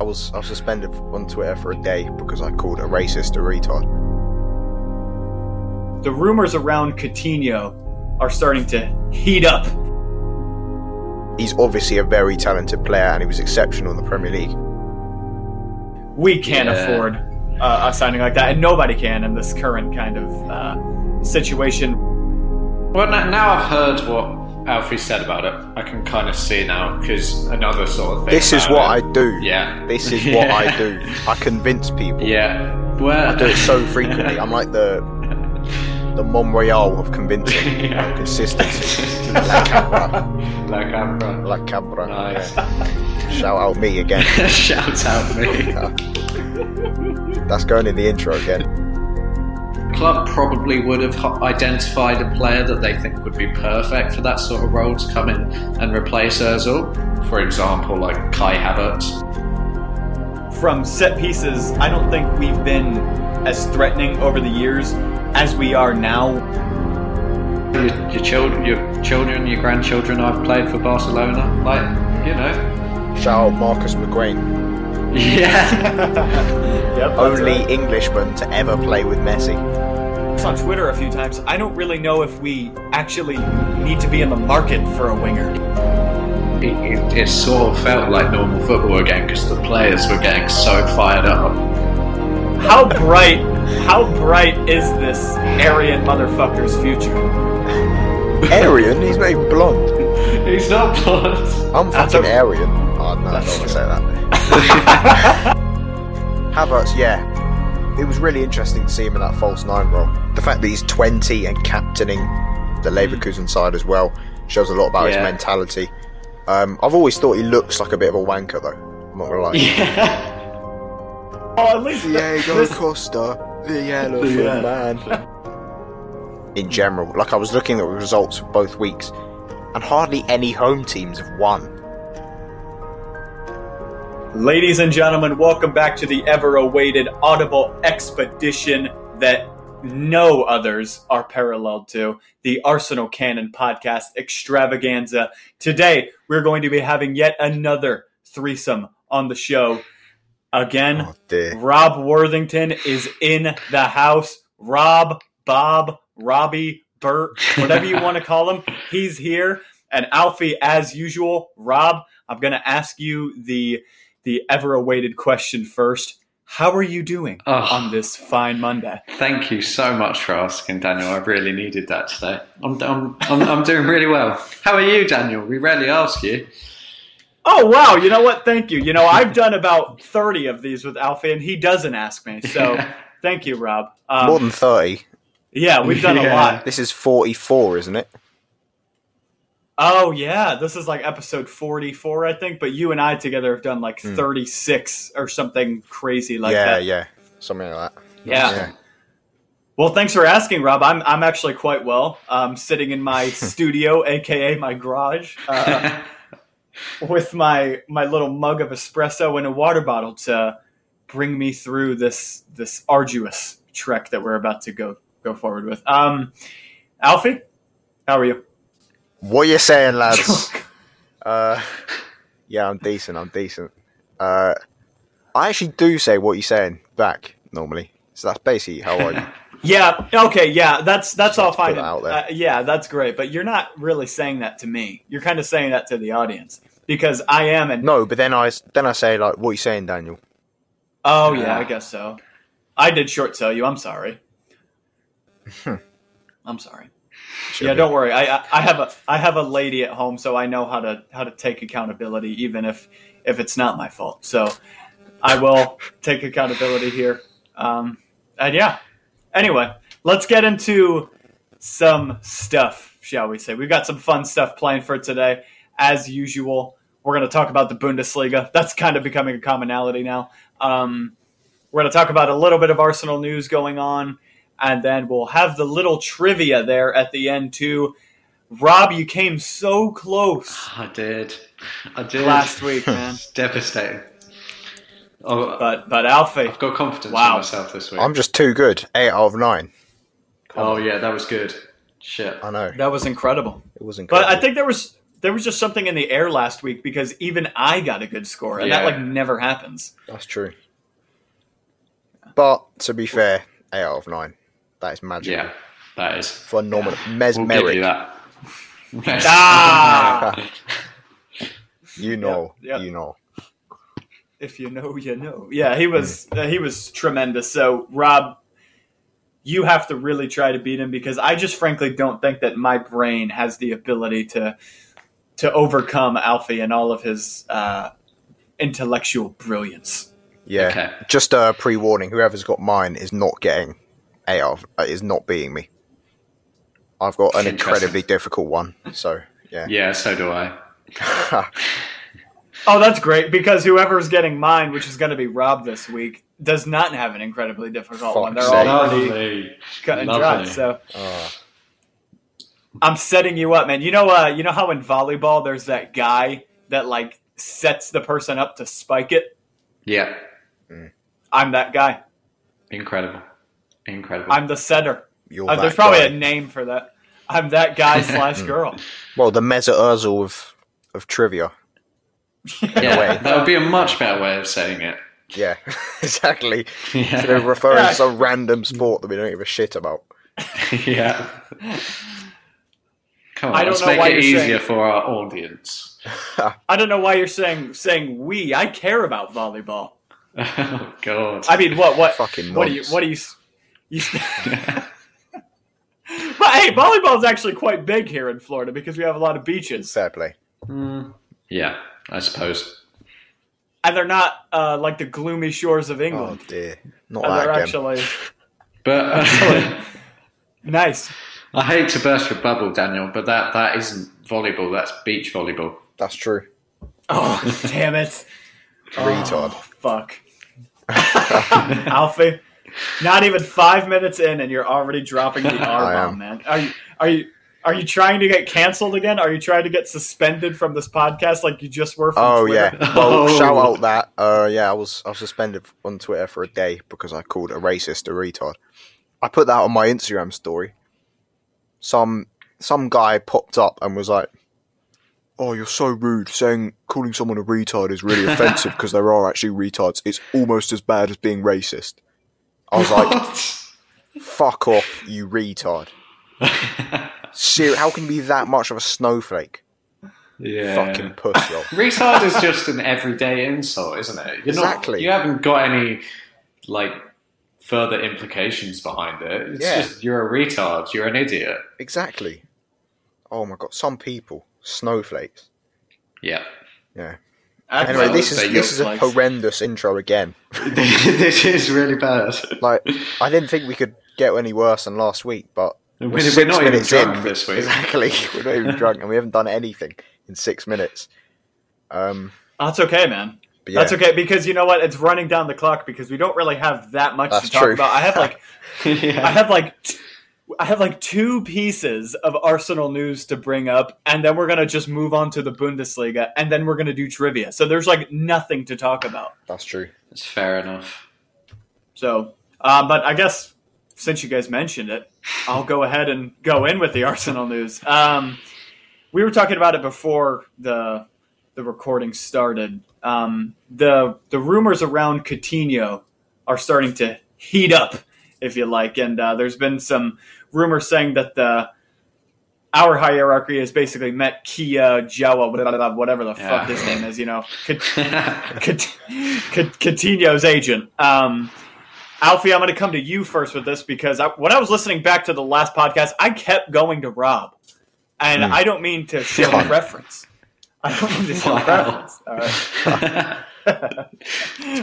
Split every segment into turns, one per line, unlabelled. I was I was suspended on Twitter for a day because I called a racist a retard.
The rumors around Coutinho are starting to heat up.
He's obviously a very talented player and he was exceptional in the Premier League.
We can't
Yeah.
afford uh, a signing like that, and nobody can in this current kind of uh, situation.
Well, now, now I've heard what Alfie said about it. I can kind of see now because another sort of thing.
This is
about
what I
it-
do.
Yeah.
This is what I
Yeah.
do. I convince people.
Yeah. Well,
I do it so frequently. I'm like the the Monreal of convincing
Yeah.
consistency. La Cabra.
like I'm from.
La Cabra.
Nice.
Shout out me again.
Shout out me.
That's going in the intro again.
Club probably would have h- identified a player that they think would be perfect for that sort of role to come in and replace Özil. For example, like Kai Havertz.
From set pieces, I don't think we've been as threatening over the years as we are now.
Your, your children, your children, your grandchildren. I've played for Barcelona. Like you know.
Shout out Marcus McGuane,
Yeah.
Yep,
only Englishman to ever play with Messi.
It's on Twitter a few times. I don't really know if we actually need to be in the market for a winger.
It, it, it sort of felt like normal football again because the players were getting so fired up.
How bright, how bright is this Aryan motherfucker's future?
Aryan? He's not even blonde.
He's not blonde.
I'm
That's
fucking
a-
Aryan. Oh, no, I don't want
That's
to say that. Havertz, yeah. It was really interesting to see him in that false nine role. The fact that he's 20 and captaining the Leverkusen side as well shows a lot about his
Yeah.
mentality. Um, I've always thought he looks like a bit of a wanker, though. I'm not gonna lie.
yeah.
Oh, at least
Diego
this-
Costa, the yellow
The yellow.
man. In general, like I was looking at the results of both weeks, and hardly any home teams have won.
Ladies and gentlemen, welcome back to the ever awaited Audible expedition that no others are paralleled to the Arsenal Cannon podcast extravaganza. Today, we're going to be having yet another threesome on the show. Again,
Oh dear.
Rob Worthington is in the house. Rob, Bob, Robbie, Bert, whatever you want to call him, he's here. And Alfie, as usual, Rob, I'm going to ask you the the ever awaited question first. How are you doing
Oh.
on this fine Monday?
Thank you so much for asking, Daniel. I really needed that today. I'm, I'm, I'm, I'm doing really well. How are you, Daniel? We rarely ask you.
Oh wow! You know what? Thank you. You know I've done about thirty of these with Alfie, and he doesn't ask me. So thank you, Rob. Um,
More than 30.
yeah, we've done a
Yeah.
lot.
This is 44, isn't it?
Oh yeah, this is like episode forty-four, I think. But you and I together have done like thirty-six or something crazy like
Hmm. yeah,
that.
yeah. Something like that.
Yeah. Well, thanks for asking, Rob. I'm I'm actually quite well. Um, sitting in my studio, aka my garage, uh, with my my little mug of espresso and a water bottle to bring me through this this arduous trek that we're about to go go forward with. Um, Alfie, how are you?
What you saying, lads? uh, yeah, I'm decent. I'm decent. Uh, I actually do say what you're saying back normally. So that's basically how I.
Yeah. Okay. Yeah. That's that's all
Just put it
fine.
out there.
Uh, yeah, that's great. But you're not really saying that to me. You're kind of saying that to the audience because I am. And
no, but then I then I say like, "What you saying, Daniel?"
oh yeah, I
Ah.
guess so. I did short sell you. I'm sorry. I'm sorry.
Should
yeah,
be.
don't worry. I, I I have a I have a lady at home, so I know how to how to take accountability, even if if it's not my fault. So I will take accountability here. Um, and yeah. Anyway, let's get into some stuff, shall we say? We've got some fun stuff planned for today, as usual. We're going to talk about the Bundesliga. That's kind of becoming a commonality now. Um, we're going to talk about a little bit of Arsenal news going on, and then we'll have the little trivia there at the end, too. Rob, you came so close
I did. I did.
last week, man.
It's devastating. Oh,
But, but Alfie,
I've got confidence
Wow.
in myself this week.
I'm just too good. Eight out of nine.
oh, yeah, that was good. Shit.
I know
that was incredible.
it wasn't.
But I think there was there was just something in the air last week because even I got a good score, and that
Yeah.
like never happens.
That's true. But to be fair, eight out of nine. That is magic.
Yeah, that is.
Phenomenal.
We'll
Mesmeric.
give you
you,
that.
Ah!
know.
Yeah, yeah.
You know.
if you know, you know. Yeah, he was uh, he was tremendous. So Rob, you have to really try to beat him because I just frankly don't think that my brain has the ability to to overcome Alfie and all of his uh, intellectual brilliance.
Yeah.
Okay.
Just a pre warning whoever's got mine is not getting eight out of, uh, is not beating me. I've got an
Interesting.
incredibly difficult one. So, yeah.
Yeah, so do I.
Oh, that's great because whoever's getting mine, which is going to be Rob this week, does not have an incredibly difficult
Fuck's
one. They're
sake.
all pretty cut and dry.
Lovely.
So
Uh,
I'm setting you up, man. You know, uh, you know how in volleyball there's that guy that like sets the person up to spike it.
Yeah,
I'm that guy.
incredible. Incredible.
I'm the setter.
you're
Uh,
that
there's probably
guy.
a name for that. I'm that guy slash girl.
Well, the Meza Urzel of, of trivia.
yeah,
way.
That would be a much better way of saying it.
Yeah, exactly. They're
Yeah.
referring
Yeah.
to some random sport that we don't give a shit about.
yeah. Come on,
I don't
let's
know
make
why
it
you're
easier
saying-
for our audience.
I don't know why you're saying saying we. I care about volleyball.
Oh, God.
I mean, what what
Fucking
what do you
nonce.
what do you? s- you s- but hey, volleyball is actually quite big here in Florida because we have a lot of beaches,
Fair play.
Mm, yeah, I suppose.
and they're not uh, like the gloomy shores of
Oh
England.
dear, not
and
that
they're
again.
actually
But uh,
nice.
I hate to burst your bubble, Daniel, but that, that isn't volleyball, that's beach volleyball.
That's true.
Oh, damn it.
Retard.
Oh, fuck. Alfie, not even five minutes in, and you're already dropping the R bomb,
am.
man. Are you are you are you trying to get canceled again? Are you trying to get suspended from this podcast like you just were? From
Oh
Twitter?
yeah. Well,
Oh.
shout out that. Uh, yeah, I was I was suspended on Twitter for a day because I called a racist a retard. I put that on my Instagram story. Some some guy popped up and was like, "Oh, you're so rude. Saying calling someone a retard is really offensive because there are actually retards. It's almost as bad as being racist." I was like, "Fuck off, you retard." Ser- how can you be that much of a snowflake?
yeah.
Fucking pussy. yo.
Retard is just an everyday insult, isn't it? You're
Exactly.
Not, you haven't got any like further implications behind it. It's
Yeah.
just you're a retard. You're an idiot.
Exactly. Oh my god, some people snowflakes.
Yeah.
Yeah.
I'd
Anyway,
say-
this is
they
this
look
is a
like-
horrendous intro again.
this is really bad.
Like, I didn't think we could get any worse than last week, but
We're,
six
we're not even
minutes
drunk
in.
this week.
exactly, we're not even drunk and we haven't done anything in six minutes. Um,
that's okay, man.
but yeah,
That's okay because you know what? It's running down the clock because we don't really have that much
That's
to talk
true.
about. I have like I
yeah.
have like t- I have like two pieces of Arsenal news to bring up, and then we're gonna just move on to the Bundesliga, and then we're gonna do trivia. So there's like nothing to talk about.
that's true.
That's fair enough.
So, uh, but I guess since you guys mentioned it, I'll go ahead and go in with the Arsenal news. Um, we were talking about it before the the recording started. Um, the the rumors around Coutinho are starting to heat up, if you like, and uh, there's been some rumors saying that the our hierarchy has basically met Kia Jawa, blah, blah, blah, whatever the
Yeah.
fuck his name is, you know, Cout- Cat- Cat- Coutinho's agent. Um, Alfie, I'm going to come to you first with this because I, when I was listening back to the last podcast, I kept going to Rob, and
Hmm.
I don't mean to show
God.
reference. I don't mean to show
Wow.
reference. All right.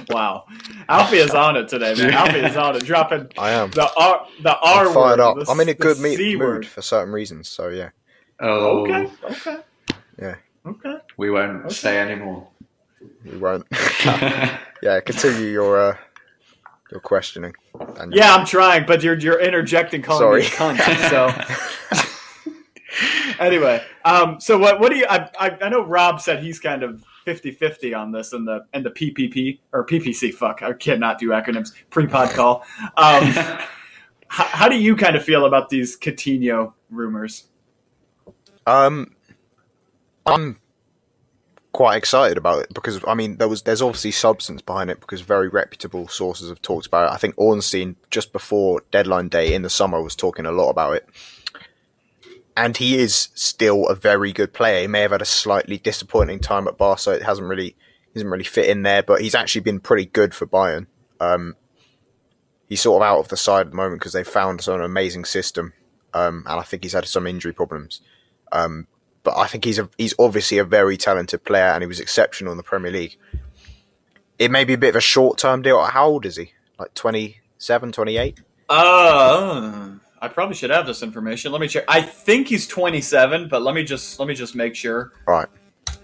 wow, Alfie is on it today, man. Alfie is on it, dropping
I am.
the R, the R
I'm fired
word,
up.
the
I'm in a
C-
good
the
me-
C
mood
word.
for certain reasons. So yeah,
oh,
Okay, okay,
yeah,
okay.
we won't say anymore.
we won't. yeah, continue your uh, your questioning. Daniel.
Yeah, I'm trying, but you're you're interjecting, calling me a
Sorry.
cunt. So anyway, um, so what what do you? I, I I know Rob said he's kind of 50-50 on this and the and the PPP or PPC. Fuck, I cannot do acronyms. Pre pod call. Um, h- how do you kind of feel about these Coutinho rumors?
Um, I'm quite excited about it because I mean there was there's obviously substance behind it because very reputable sources have talked about it. I think Ornstein just before deadline day in the summer was talking a lot about it. And he is still a very good player. He may have had a slightly disappointing time at Barca. It hasn't really he doesn't really fit in there, but he's actually been pretty good for Bayern. Um, he's sort of out of the side at the moment because they found an amazing system, um, and I think he's had some injury problems. Um, but I think he's a, he's obviously a very talented player, and he was exceptional in the Premier League. It may be a bit of a short term deal. How old is he? Like 27, 28?
Uh, I probably should have this information. Let me check. I think he's 27, but let me just let me just make sure.
All right.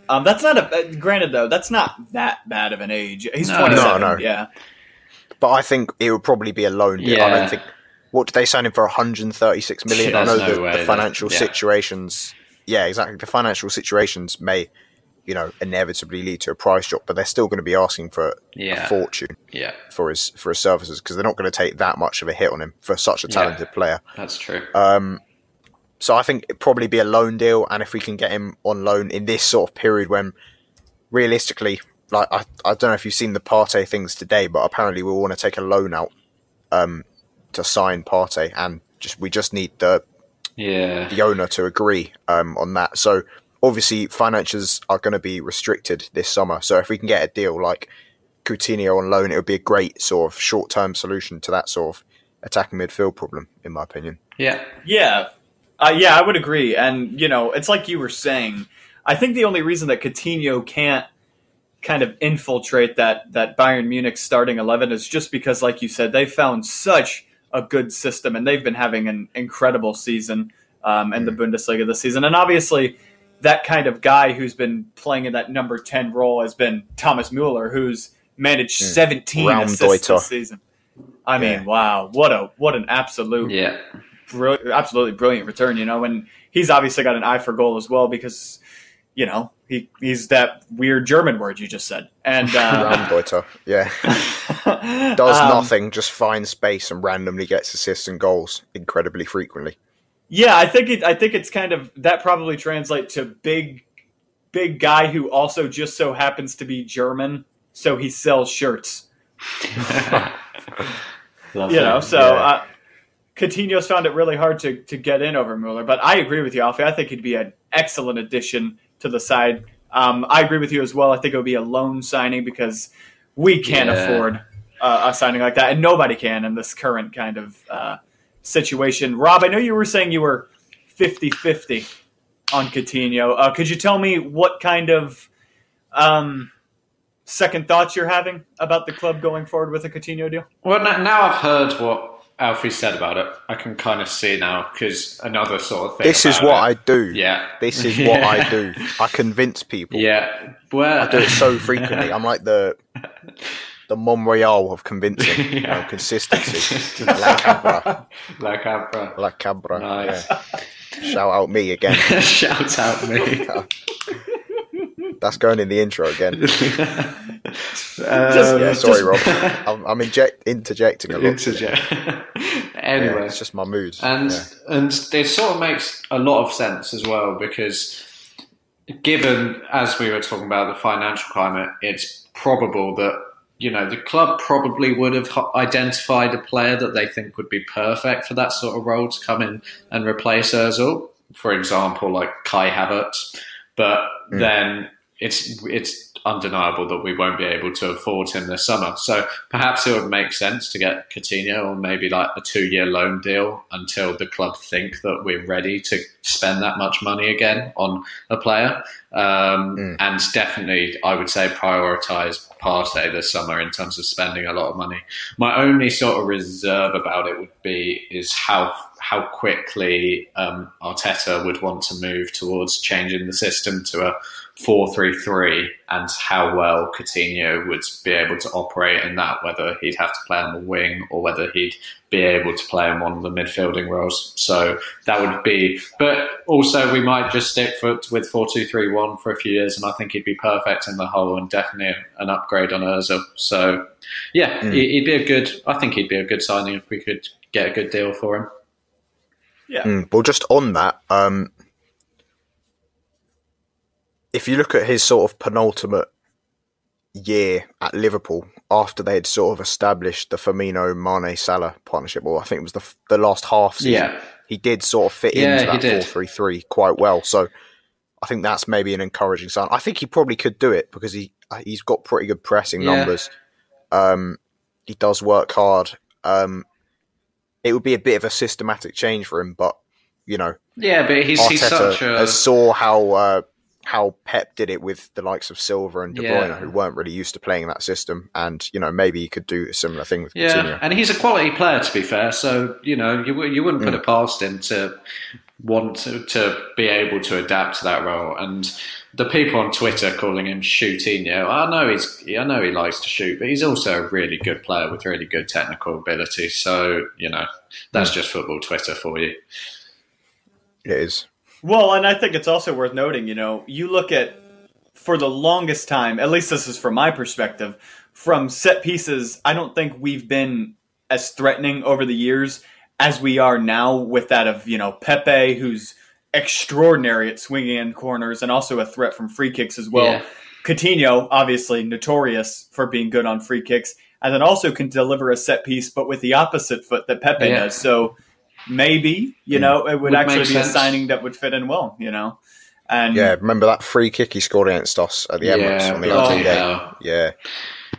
Um, that's not a. uh, Granted, though, that's not that bad of an age. He's
No.
27.
No, no.
Yeah.
But I think it would probably be a loan deal. I
Yeah.
don't think. What did they sign him for? 136 million. I know
There's no
the,
way
the
that-
financial
yeah.
situations. Yeah, exactly. The financial situations may, you know, inevitably lead to a price drop, but they're still going to be asking for
Yeah.
a fortune
Yeah,
for his for his services because they're not going to take that much of a hit on him for such a
Yeah.
talented player.
that's true.
Uh, So I think it'd probably be a loan deal, and if we can get him on loan in this sort of period when realistically, like I, I don't know if you've seen the Partey things today, but apparently we want to take a loan out um, to sign Partey, and just we just need the,
yeah.
the owner to agree um, on that. So obviously finances are going to be restricted this summer. So if we can get a deal like Coutinho on loan, it would be a great sort of short term solution to that sort of attacking midfield problem, in my opinion.
Yeah.
Yeah. Uh, yeah, I would agree. And, you know, it's like you were saying. I think the only reason that Coutinho can't kind of infiltrate that, that Bayern Munich starting 11 is just because, like you said, they found such a good system and they've been having an incredible season um, in the Bundesliga this season. And obviously, that kind of guy who's been playing in that number 10 role has been Thomas Mueller, who's managed 17
Raum
assists
Deuter.
this season. I mean,
Yeah.
wow, what a what an absolute
Yeah.
brill- absolutely brilliant return, you know, and he's obviously got an eye for goal as well because, you know, he, he's that weird German word you just said. And uh, um,
Raumdeuter, yeah. does
Um,
nothing, just finds space and randomly gets assists and goals incredibly frequently.
Yeah, I think it, I think it's kind of that probably translates to big, big guy who also just so happens to be German, so he sells shirts. You know, so
Yeah.
uh, Coutinho's found it really hard to to get in over Mueller. But I agree with you, Alfie. I think he'd be an excellent addition to the side. Um, I agree with you as well. I think it would be a loan signing because we can't
Yeah.
afford uh, a signing like that, and nobody can in this current kind of uh, situation. Rob, I know you were saying you were 50-50 on Coutinho. Uh, could you tell me what kind of um, second thoughts you're having about the club going forward with a Coutinho deal?
Well, now, now I've heard what Alfie said about it. I can kind of see now because another sort of thing.
This is
about
what
it-
I do.
Yeah.
This is what I
Yeah.
do. I convince people.
Yeah. Well,
I do it so frequently. I'm like the the Monreal of convincing. you know,
Yeah.
consistency. La Cabra.
like Abra.
La Cabra.
Nice.
yeah. Shout out me again.
Shout out me.
That's going in the intro again.
Um,
Yeah, sorry,
just-
Rob. I'm, I'm inject, interjecting a lot.
interject.
Yeah,
anyway,
it's just my mood.
and
Yeah.
and it sort of makes a lot of sense as well because given as we were talking about the financial climate it's probable that you know the club probably would have h- identified a player that they think would be perfect for that sort of role to come in and replace Özil for example like Kai Havertz but then it's it's undeniable that we won't be able to afford him this summer. So perhaps it would make sense to get Coutinho or maybe like a two year loan deal until the club think that we're ready to spend that much money again on a player. Um, And definitely, I would say prioritize Partey this summer in terms of spending a lot of money. My only sort of reserve about it would be is how how quickly um, Arteta would want to move towards changing the system to a 4-3-3 and how well Coutinho would be able to operate in that, whether he'd have to play on the wing or whether he'd be able to play in one of the midfielding roles. So that would be. But also, we might just stick for, with 4-2-3-1 for a few years, and I think he'd be perfect in the whole and definitely an upgrade on Ozil. So yeah, he- he'd be a good. I think he'd be a good signing if we could get a good deal for him.
Yeah.
Mm, well, just on that, um, if you look at his sort of penultimate year at Liverpool after they had sort of established the Firmino Mane Salah partnership, or I think it was the f- the last half season,
Yeah.
he did sort of fit
Yeah,
into
he
that
did.
four three three quite well. So I think that's maybe an encouraging sign. I think he probably could do it because he uh, he's got pretty good pressing
Yeah.
numbers. Um, he does work hard. Um, it would be a bit of a systematic change for him, but you know,
Yeah, but he's, he's such
Arteta
a.
has saw how uh, how Pep did it with the likes of Silva and De Bruyne,
Yeah.
who weren't really used to playing that system, and you know maybe he could do a similar thing with
Yeah,
Coutinho.
and he's a quality player, to be fair. So you know, you wou- you wouldn't put it past him to want to, to be able to adapt to that role. And the people on Twitter calling him Shootinho, I know he's I know he likes to shoot, but he's also a really good player with really good technical ability. So you know, that's just football Twitter for you.
It is
Well, and I think it's also worth noting, you know, you look at for the longest time, at least this is from my perspective, from set pieces, I don't think we've been as threatening over the years as we are now with that of, you know, Pepe, who's extraordinary at swinging in corners and also a threat from free kicks as well.
Yeah.
Coutinho, obviously notorious for being good on free kicks, and then also can deliver a set piece, but with the opposite foot that Pepe
Yeah.
does. So maybe, you
Mm.
know, it would,
Would
actually be a
make sense.
signing that would fit in well, you know? And
yeah. Remember that free kick he scored against us at the Emirates
yeah,
on the
bloody
opening day?
hell.
Yeah,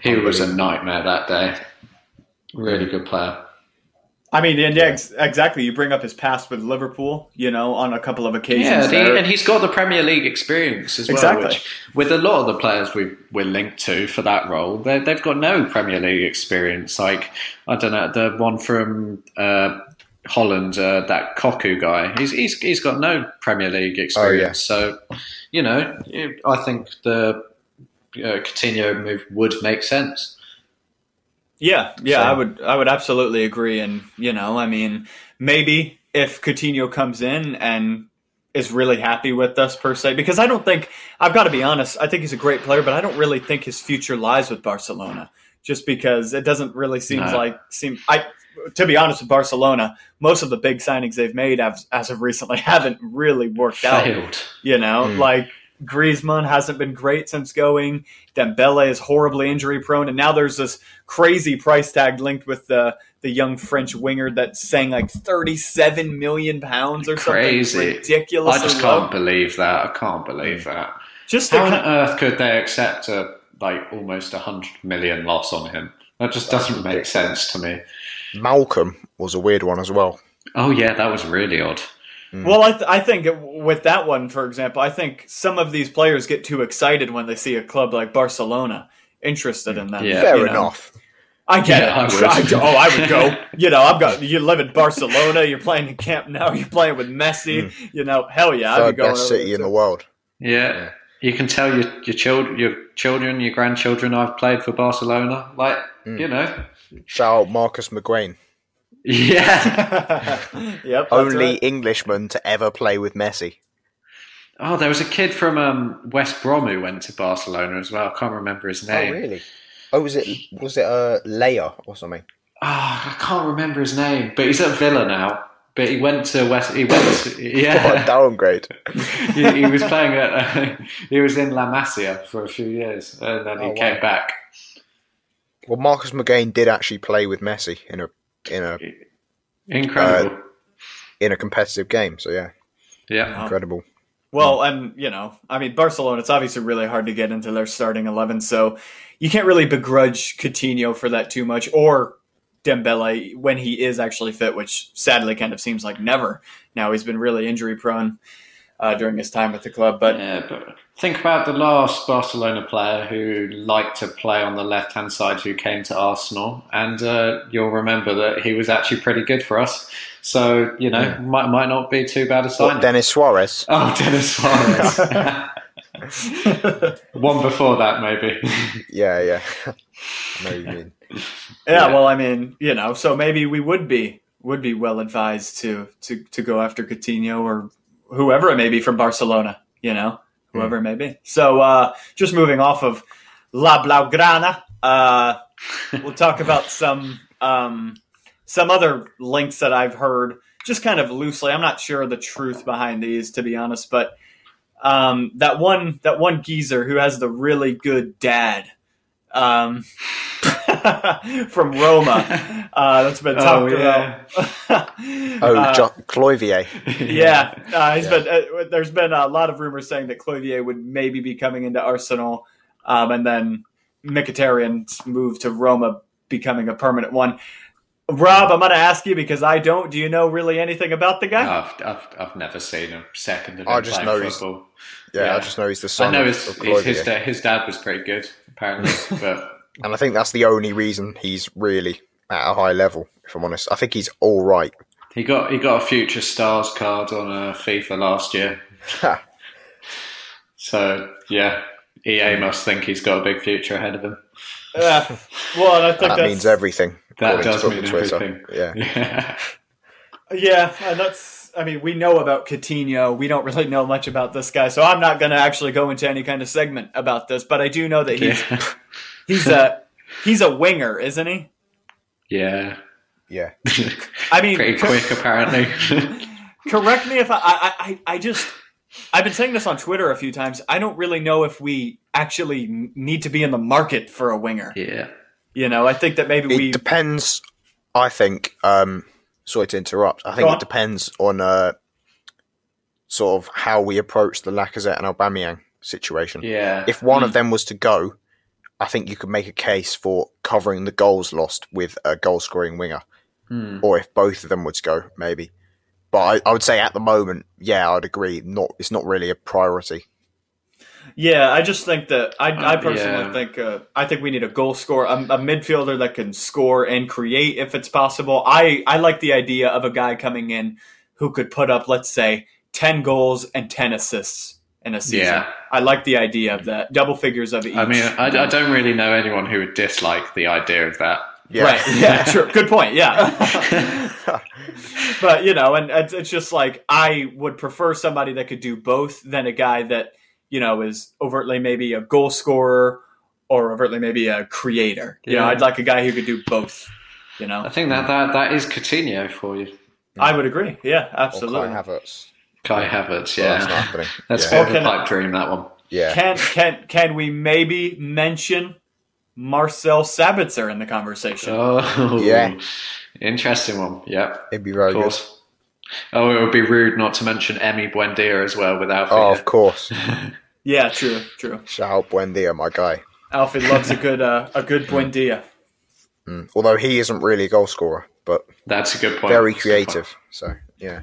he was a nightmare that day. Really good player.
I mean, and yeah, ex- exactly. You bring up his past with Liverpool, you know, on a couple of
Yeah,
occasions.
and, he,
there.
and he's got the Premier League experience as well.
Exactly.
Which, with a lot of the players we we're linked to for that role, they, they've got no Premier League experience. Like I don't know the one from uh, Holland, uh, that Koku guy. He's, he's he's got no Premier League experience. So you know, it- I think the uh, Coutinho move would make sense.
Yeah, yeah,
So-
I would, I would absolutely agree. And you know, I mean, maybe if Coutinho comes in and is really happy with us per se, because I don't think I've got to be honest. I think he's a great player, but I don't really think his future lies with Barcelona. Just because it doesn't really seem
No.
like seem I. To be honest with Barcelona, most of the big signings they've made as, as of recently haven't really worked out.
Failed.
You know,
Hmm.
like Griezmann hasn't been great since going. Dembele is horribly injury prone, and now there's this crazy price tag linked with the the young French winger that's saying like 37 million pounds or
Crazy.
something ridiculous.
I just can't believe that. I can't believe that.
Just the
How on
kind-
earth could they accept a like almost a hundred million loss on him? That just doesn't make sense to me.
Malcolm was a weird one as well.
Oh yeah, that was really odd. Hmm.
well, I, th- I think it- with that one, for example, I think some of these players get too excited when they see a club like Barcelona interested in them.
Yeah.
Fair
you know?
enough.
I get
Yeah,
it.
I would.
I- oh, I would go. You know, I've got you live in Barcelona. You're playing in Camp Nou. You're playing with Messi.
Mm.
You know, hell yeah, I'd
Third
be going.
best
over
city
there
in the
too.
world.
Yeah.
Yeah.
You can tell your your children, your children, your grandchildren. I've played for Barcelona. Like
Mm.
you know,
Shout out Marcus McGrain,
yeah.
yep. that's
only
right.
Englishman to ever play with Messi.
Oh, there was a kid from um, West Brom who went to Barcelona as well. I can't remember his name.
Oh, really? Oh, was it was it a uh, Leia or something?
Ah, I can't remember his name, but he's at Villa now. But he went to West. He went. To, yeah.
What a downgrade.
he, he was playing at he was in La Masia for a few years and then he
Oh, wow.
came back.
Well, Marcus McGain did actually play with Messi in a in a
Incredible.
in a competitive game. So yeah,
yeah.
incredible.
Well, and you know, I mean, Barcelona. It's obviously really hard to get into their starting eleven, so you can't really begrudge Coutinho for that too much, or Dembele when he is actually fit, which sadly kind of seems like never. Now he's been really injury prone uh, during his time at the club, but
Yeah, but think about the last Barcelona player who liked to play on the left hand side who came to Arsenal and uh, you'll remember that he was actually pretty good for us. So, you know, might might not be too bad a
What,
sign.
Dennis Suarez.
oh Dennis Suarez. One before that maybe.
Yeah, yeah. I know what you mean.
Yeah,
Yeah.
well, I mean, you know, so maybe we would be would be well advised to to to go after Coutinho or whoever it may be from Barcelona, you know, whoever it may be. So, uh, just moving off of La Blaugrana, uh, we'll talk about some um, some other links that I've heard, just kind of loosely. I'm not sure of the truth behind these, to be honest, but um, that one that one geezer who has the really good dad um, from Roma. Uh, that's
Oh,
been talked about.
Oh,
Uh,
jo- Cloyvier.
yeah, uh, he's been. Uh, there's been a lot of rumors saying that Clovier would maybe be coming into Arsenal, um, and then Mkhitaryan's move to Roma becoming a permanent one. Rob, I'm going to ask you because I don't. Do you know really anything about the guy?
I've, I've, I've never seen a second of him
I just
playing
know he's-
football.
Yeah,
yeah.
I just know he's the son
I know
of,
his,
of
his, his,
Cloyvier.
da- his dad was pretty good, apparently, but
and I think that's the only reason he's really at a high level. If I'm honest, I think he's all right.
he got he got a future stars card on uh, FIFA last year.
Ha.
So yeah, EA must think he's got a big future ahead of him.
Yeah. well, and I think
That
that's,
means everything.
That
according to
does
football
mean everything.
Yeah,
Yeah.
Yeah, and that's. I mean, we know about Coutinho. We don't really know much about this guy, so I'm not going to actually go into any kind of segment about this. But I do know that he's
yeah.
he's a he's a winger, isn't he?
Yeah.
yeah.
I mean,
Pretty quick, apparently.
correct me if I, I, I, I just I've been saying this on Twitter a few times. I don't really know if we actually n- need to be in the market for a winger.
yeah.
You know, I think that maybe
It
we
depends. I think. Um, sorry to interrupt. I think
Go on.
it depends on uh, sort of how we approach the Lacazette and Aubameyang situation.
Yeah.
If one of them was to go, I think you could make a case for covering the goals lost with a goal-scoring winger.
Hmm.
or if both of them were to go, maybe. But I, I would say at the moment, yeah, I'd agree. Not it's not really a priority.
Yeah, I just think that I, I
Uh,
personally
yeah.
think uh, I think we need a goal scorer, a, a midfielder that can score and create if it's possible. I I like the idea of a guy coming in who could put up, let's say, ten goals and ten assists in a season.
Yeah.
I like the idea of that, double figures of each.
I mean, I, I don't really know anyone who would dislike the idea of that.
Yeah,
Right. Yeah. Sure. Good point. Yeah. but you know, and it's, it's just like I would prefer somebody that could do both than a guy that you know is overtly maybe a goal scorer or overtly maybe a creator. You know,
Yeah.
I'd like a guy who could do both. You
I
know,
think that, that, that is Coutinho for you.
I would agree. Yeah,
Or Kai
absolutely.
Havertz.
Kai Havertz,
Well,
yeah.
that's not happening.
That's
yeah.
more of a pipe dream, that one.
yeah.
Can can can we maybe mention Marcel Sabitzer in the conversation?
Oh,
Yeah.
Interesting one. Yep.
it'd be very
Of
good.
course. Oh, it would be rude not to mention Emmy Buendia as well without
Oh, of course.
Yeah, true, true.
Shout out Buendia, my guy.
Alfie loves a good uh, a good Buendia.
Mm. Although he isn't really a goal scorer, but
That's a good point.
very
That's a good point.
creative. So yeah,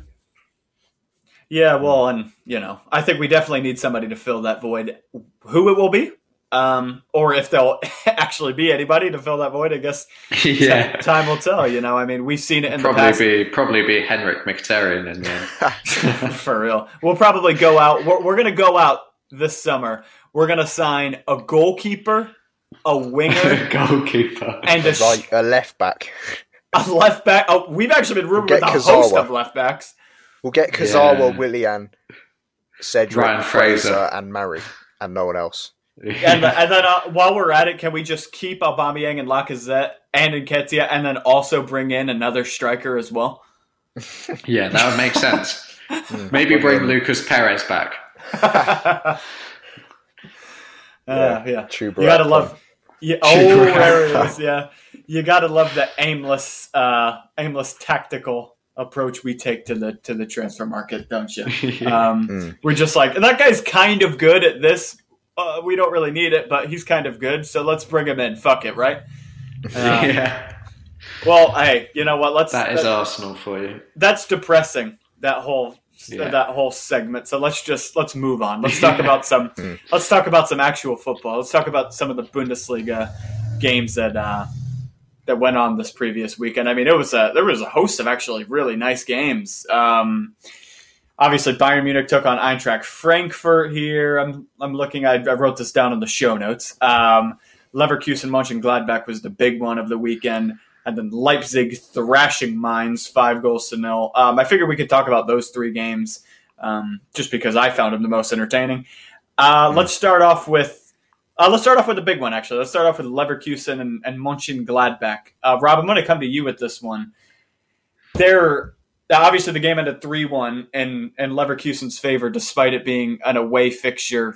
Yeah, well, and you know, I think we definitely need somebody to fill that void. Who it will be, um, or if there'll actually be anybody to fill that void, I guess
yeah.
time will tell. You know, I mean, we've seen it in
Probably
the past.
be probably be Henrik Mkhitaryan in there.
For real, we'll probably go out. We're, we're gonna go out this summer. We're gonna sign a goalkeeper, a winger,
goalkeeper.
and a, s-
like a left back.
a left back. Oh, we've actually been rumored
Get
with a host
Kazawa.
of left backs.
We'll get Kazawa,
Yeah.
Willian, Cedric,
Ryan Fraser.
Fraser, and Murray, and no one else.
And, and then uh, while we're at it, can we just keep Aubameyang and Lacazette and Nketiah, and then also bring in another striker as well?
yeah, that would make sense.
Mm.
Maybe bring Lucas Perez back.
Uh, yeah,
True,
you gotta love. Yeah, oh, there it is. Yeah, you gotta love the aimless, uh, aimless tactical approach we take to the to the transfer market, don't you? Um,
Mm.
We're just like that guy's kind of good at this. Uh, we don't really need it, but he's kind of good, so let's bring him in. Fuck it, right? Uh,
yeah,
Well, hey, you know what? Let's.
that is
that-
Arsenal for you.
that's depressing. That whole
Yeah.
that whole segment. So let's just let's move on. Let's talk about some.
Hmm.
Mm.
let's talk about some actual football. Let's talk about some of the Bundesliga games that uh, that went on this previous weekend. I mean, it was a there was a host of actually really nice games. Um, obviously, Bayern Munich took on Eintracht Frankfurt here. I'm I'm looking. I, I wrote this down in the show notes. Um, Leverkusen Mönchengladbach was the big one of the weekend and then Leipzig thrashing Mines five goals to nil. Um, I figured we could talk about those three games um, just because I found them the most entertaining. Uh,
Hmm.
Let's start off with uh, let's start off with the big one actually. Let's start off with Leverkusen and, and Mönchengladbach. Uh, Rob, I'm going to come to you with this one. There, now, obviously the game ended three one and and Leverkusen's favor, despite it being an away fixture.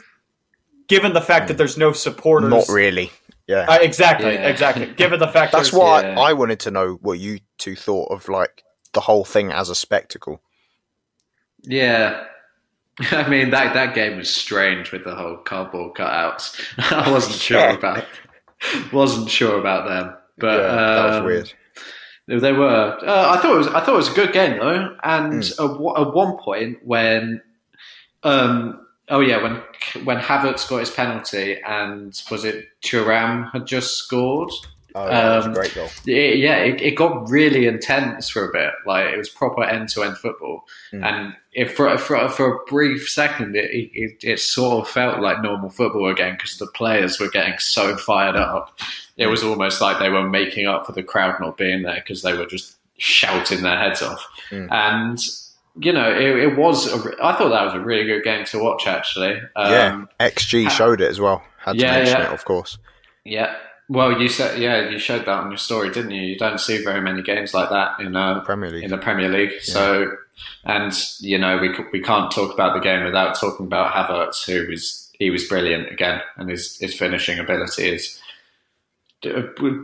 Given the fact that there's no supporters,
Hmm. Not really. Yeah.
Uh, exactly,
Yeah.
exactly. Given the fact
That's
there's-
why
yeah.
I wanted to know what you two thought of like the whole thing as a spectacle.
Yeah. I mean that that game was strange with the whole cardboard cutouts. I wasn't sure
Yeah.
about wasn't sure about them, but
yeah, that was
um,
weird.
They were. Uh, I thought it was. I thought it was a good game though. And
Hmm.
at, wa- at one point when, um, oh yeah, when when Havertz got his penalty and was it Turam had just scored?
Oh, yeah, that was
um,
a great goal.
It, yeah, it, it got really intense for a bit. Like it was proper end to end football.
Mm.
And if for for for a brief second, it it- it, it sort of felt like normal football again because the players were getting so fired up. It was almost like they were making up for the crowd not being there because they were just shouting their heads off.
Mm.
And you know, it, it was. A, re- I thought that was a really good game to watch actually. Um,
yeah, XG
ha-
showed it as well. Had to
Yeah,
mention
yeah.
it, of course.
Yeah. Well, you said yeah, you showed that on your story, didn't you? You don't see very many games like that in uh,
Premier League.
in the Premier League. So, and you know, we c- we can't talk about the game without talking about Havertz, who was he was brilliant again, and his his finishing ability is d-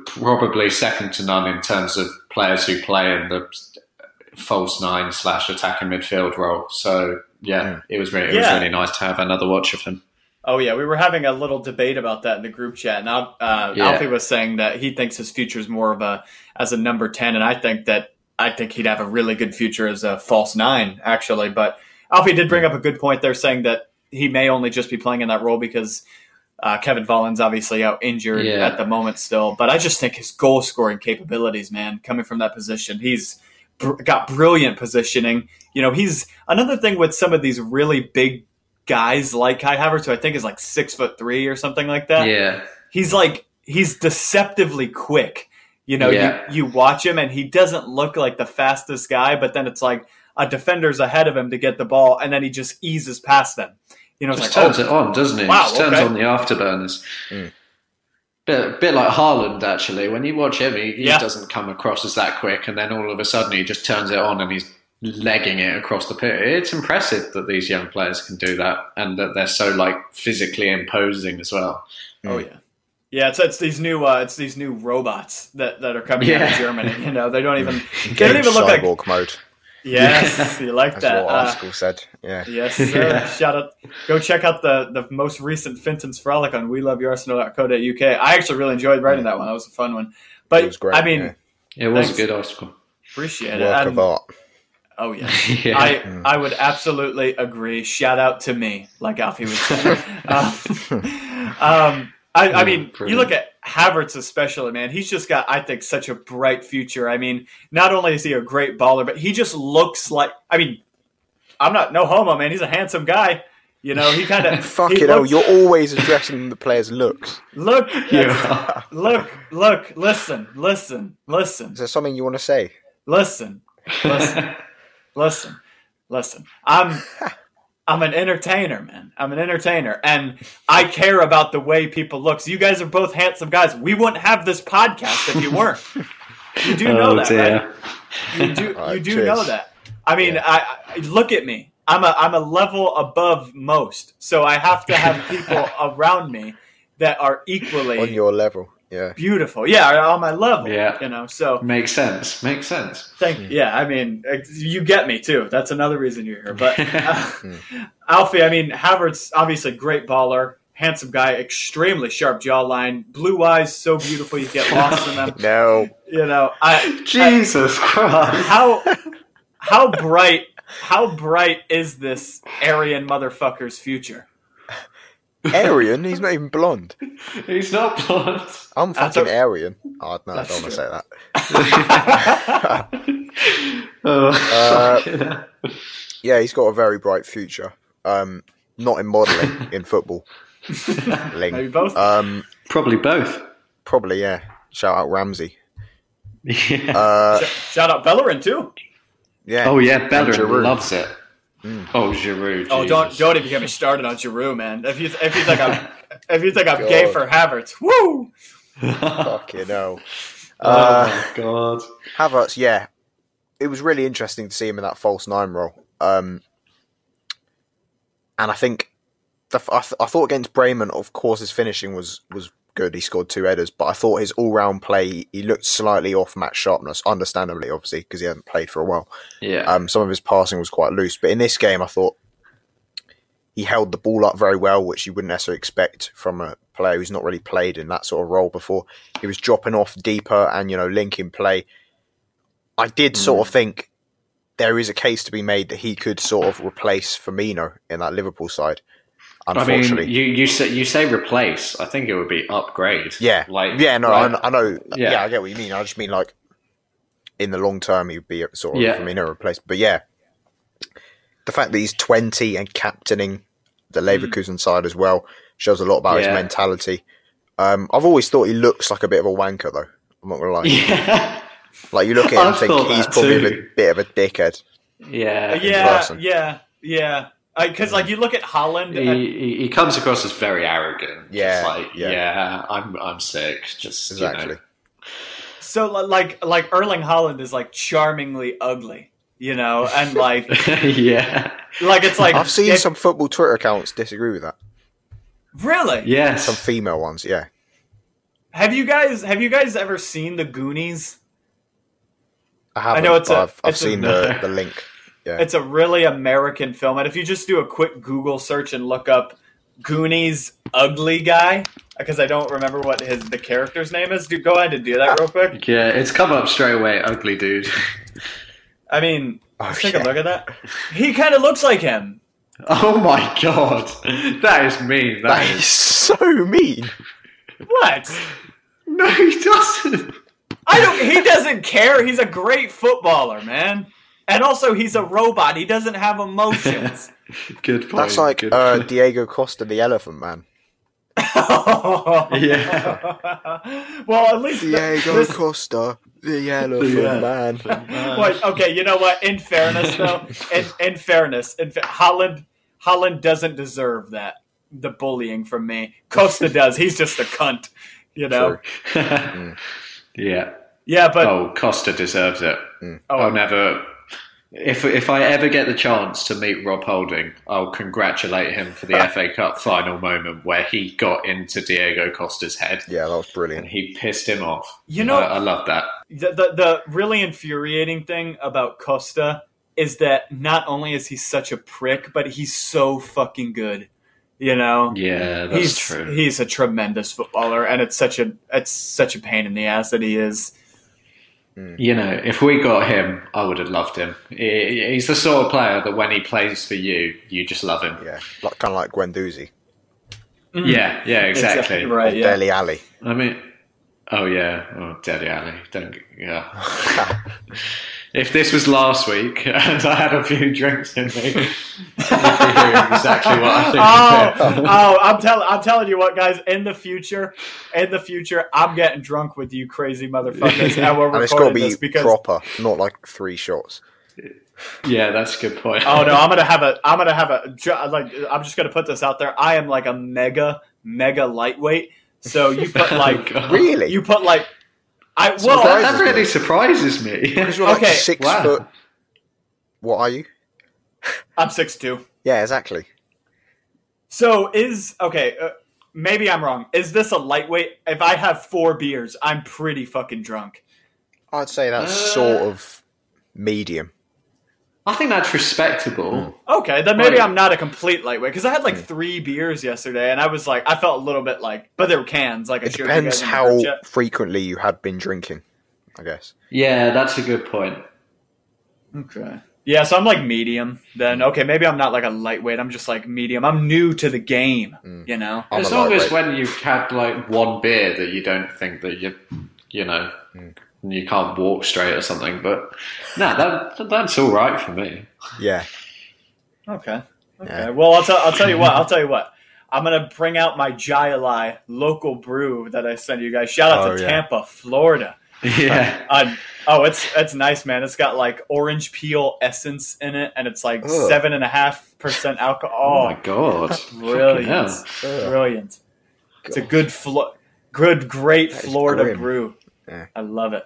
probably second to none in terms of players who play in the false nine slash attacking midfield role. So. Yeah, it was really it
Yeah.
was really nice to have another watch of him.
Oh yeah, we were having a little debate about that in the group chat, and Al- uh,
Yeah.
Alfie was saying that he thinks his future is more of a as a number ten, and I think that I think he'd have a really good future as a false nine, actually. But Alfie did bring up a good point there, saying that he may only just be playing in that role because uh, Kevin Volland's obviously out injured
Yeah.
at the moment still. But I just think his goal scoring capabilities, man, coming from that position, he's br- got brilliant positioning. You know, he's another thing with some of these really big guys like Kai Havertz, who I think is like six foot three or something like that.
Yeah,
He's like he's deceptively quick. You know,
Yeah.
you, you watch him and he doesn't look like the fastest guy, but then it's like a defender's ahead of him to get the ball, and then he just eases past them. You know, it's
Just
like oh.
turns it on, doesn't it?
wow,
Just turns
okay.
on the afterburners.
Mm.
Bit, bit like Haaland, actually. When you watch him, he, he
Yeah.
doesn't come across as that quick, and then all of a sudden he just turns it on and he's legging it across the pitch. It's impressive that these young players can do that and that they're so like physically imposing as well.
Oh yeah, yeah. It's it's these new uh, it's these new robots that that are coming out
Yeah.
of Germany. You know, they don't even they don't
Game
even look like.
cyborg mode.
Yes, you like
That's
that.
what
Uh,
article said. Yeah.
Yes, sir.
Yeah.
Shout out. Go check out the, the most recent Fenton's Frolic on WeLoveYourArsenal.co.uk. I actually really enjoyed writing that one. That was a fun one. But
It was great,
I mean,
yeah.
It was
Thanks.
a good article.
appreciate
Work
it.
of
And- um,
art.
oh yeah.
yeah.
Mm.
I, I would absolutely agree. Shout out to me, like Alfie would say. um, um, I, I mean, you look at Havertz especially, man. He's just got, I think, such a bright future. I mean, not only is he a great baller, but he just looks like. I mean, I'm not no homo, man. He's a handsome guy. You know, he kind of
Fuck
he
it, oh,
looks-
you're always addressing the player's looks.
look,
Yeah.
look, look, listen, listen, listen,
Is there something you want to say?
listen, listen. listen, listen. I'm I'm an entertainer, man. I'm an entertainer, and I care about the way people look. So you guys are both handsome guys. We wouldn't have this podcast if you weren't. you do know
oh,
that, right?
dear.
You do
All right,
you do
cheers.
know that. I mean, I, I look at me. I'm a I'm a level above most, so I have to have people around me that are
On
equally
your level. Yeah.
beautiful. Yeah, are on my level.
Yeah.
you know. So
Makes sense. Makes sense.
Thank yeah. I mean, ex- you get me too. That's another reason you're here. But uh, Alfie, I mean, Havertz obviously great baller, handsome guy, extremely sharp jawline, blue eyes so beautiful you get lost in them.
No.
You know, I
Jesus Christ.
how how bright how bright is this Aryan motherfucker's future?
Aryan? He's not even blonde.
He's not blonde.
I'm
That's
fucking
a-
Aryan. Oh, no, I
That's
don't want to
true.
say that.
Oh,
Uh,
fucking hell.
Yeah, he's got a very bright future. Um, not in modelling, in football. Ling.
Maybe both.
Um,
Probably both.
probably, yeah. Shout out Ramsey.
Yeah.
Uh,
Sh- Shout out Bellerin too.
yeah.
oh yeah, Bellerin
Giroud. Mm.
loves it. Oh Giroud.
Oh, don't
Jesus.
don't even get me started on Giroud, man. If you if you think I'm if you think I'm gay
God.
for Havertz, woo.
Fucking hell. Uh,
oh my god.
Havertz, yeah. it was really interesting to see him in that false nine role. Um, and I think the, I, th- I thought against Bremen, of course, his finishing was was good. He scored two headers, but I thought his all round play he looked slightly off match sharpness, understandably, obviously, because he hadn't played for a while.
Yeah.
Um, some of his passing was quite loose, but in this game, I thought he held the ball up very well, which you wouldn't necessarily expect from a player who's not really played in that sort of role before. He was dropping off deeper and you know linking play. I did
Mm.
sort of think there is a case to be made that he could sort of replace Firmino in that Liverpool side.
I mean,
Unfortunately,
you, you say you say replace. I think it would be upgrade.
Yeah.
like
yeah, no, I kn-
like,
I, know. uh,
Yeah.
Yeah. I get what you mean. I just mean like in the long term, he'd be sort of
Yeah.
Firmino replaced. But yeah, the fact that he's twenty and captaining the Leverkusen side as well shows a lot about
Yeah.
his mentality. Um, I've always thought he looks like a bit of a wanker, though. I'm not gonna lie.
yeah,
Like you look at him and
I've thought
think he's
that
probably a
too.
bit of a dickhead.
yeah.
yeah,
person.
yeah, yeah. Because like you look at Holland, uh,
He,
and
he- he comes across as very arrogant.
Yeah,
just like yeah.
yeah.
I'm I'm sick. Just you know.
Exactly.
so li- like like Erling Holland is like charmingly ugly, you know, and like
yeah,
like it's like
I've seen
if-
some football Twitter accounts disagree with that.
really.
Some
yes.
female ones, yeah.
Have you guys have you guys ever seen the Goonies?
I haven't.
know it's
but
a-
I've, I've
it's a-
seen the, the link. Yeah.
It's a really American film, and if you just do a quick Google search and look up Goonies ugly guy, because I don't remember what his the character's name is. Dude, go ahead and do that real quick.
Yeah, it's come up straight away. Ugly dude.
I mean,
Oh,
let's take
yeah.
a look at that. He kind of looks like him.
Oh my god, that is mean.
that is so mean.
What?
no, he doesn't.
I don't. He doesn't care. He's a great footballer, man. And also, he's a robot. He doesn't have emotions.
Good point.
That's like
good
uh,
point.
Diego Costa, the Elephant Man.
Yeah.
well, at least th- this-
Costa, the
Elephant Yeah.
Man.
Wait, okay, you know what? In fairness, though, in, in fairness, in fa- Holland Holland doesn't deserve that the bullying from me. Costa does. He's just a cunt, you know.
True. Mm.
yeah.
Yeah, but
oh, Costa deserves it.
Oh.
I'll never. If if I ever get the chance to meet Rob Holding, I'll congratulate him for the FA Cup final moment where he got into Diego Costa's head
Yeah, that was
and
brilliant.
he pissed him off.
You know-
I, I love that.
the, the the really infuriating thing about Costa is that not only is he such a prick, but he's so fucking good, you know.
Yeah, that's
he's
true.
he's a tremendous footballer, and it's such a it's such a pain in the ass that he is.
You know, if we got him, I would have loved him. He- He's the sort of player that when he plays for you, you just love him.
Yeah, like, kind of like Gwendouzi.
Mm.
Yeah, yeah, exactly.
Or
right. Yeah.
Dele Alli.
I mean, oh yeah, oh Daddy Alley, don't yeah. if this was last week and I had a few drinks in me, I'd be doing exactly what I think.
oh, oh, I'm telling, I'm telling you what, guys. In the future, in the future, I'm getting drunk with you, crazy motherfuckers, and we're
And it's got
recording
to
this
be
because.
proper, not like three shots.
Yeah, that's a good point.
Oh no, I'm gonna have a, I'm gonna have a, ju- like, I'm just gonna put this out there. I am like a mega, mega lightweight. So you put like,
Oh, God.
Really?
you put like, I
Well,
well,
that,
surprises
that really surprises me.
Because you're like
Okay,
six
wow.
foot. What are you?
I'm six two.
Yeah, exactly.
So is okay. Uh, maybe I'm wrong. Is this a lightweight? If I have four beers, I'm pretty fucking drunk.
I'd say that's
Uh,
sort of medium.
I think that's respectable.
Hmm.
Okay, then maybe
Right.
I'm not a complete lightweight because I had like three beers yesterday, and I was like, I felt a little bit like, but they were cans. Like I
It
showed you guys
depends
in the
how
group chat.
frequently you had been drinking, I guess.
Yeah, that's a good point.
Okay. Hmm. Yeah, so I'm like medium. Then okay, maybe I'm not like a lightweight. I'm just like medium. I'm new to the game,
Hmm.
you know.
I'm
as
a
long as
lightweight.
when you've had like one beer that you don't think that you, you know,
Hmm.
you can't walk straight or something. But no, that that's all right for me.
Yeah.
Okay. Okay.
Yeah.
Well, I'll tell. I'll tell you what. I'll tell you what. I'm gonna bring out my Jai local brew that I sent you guys. Shout out
Oh,
to
yeah.
Tampa, Florida.
Yeah.
Uh, oh, it's it's nice, man. It's got like orange peel essence in it, and it's like
Ugh.
seven and a half percent
Oh
alcohol.
my god. Fucking
Brilliant.
hell.
Ugh.
Brilliant. It's a good, Flo- good, great
That is
Florida
grim.
brew.
Yeah.
I love it.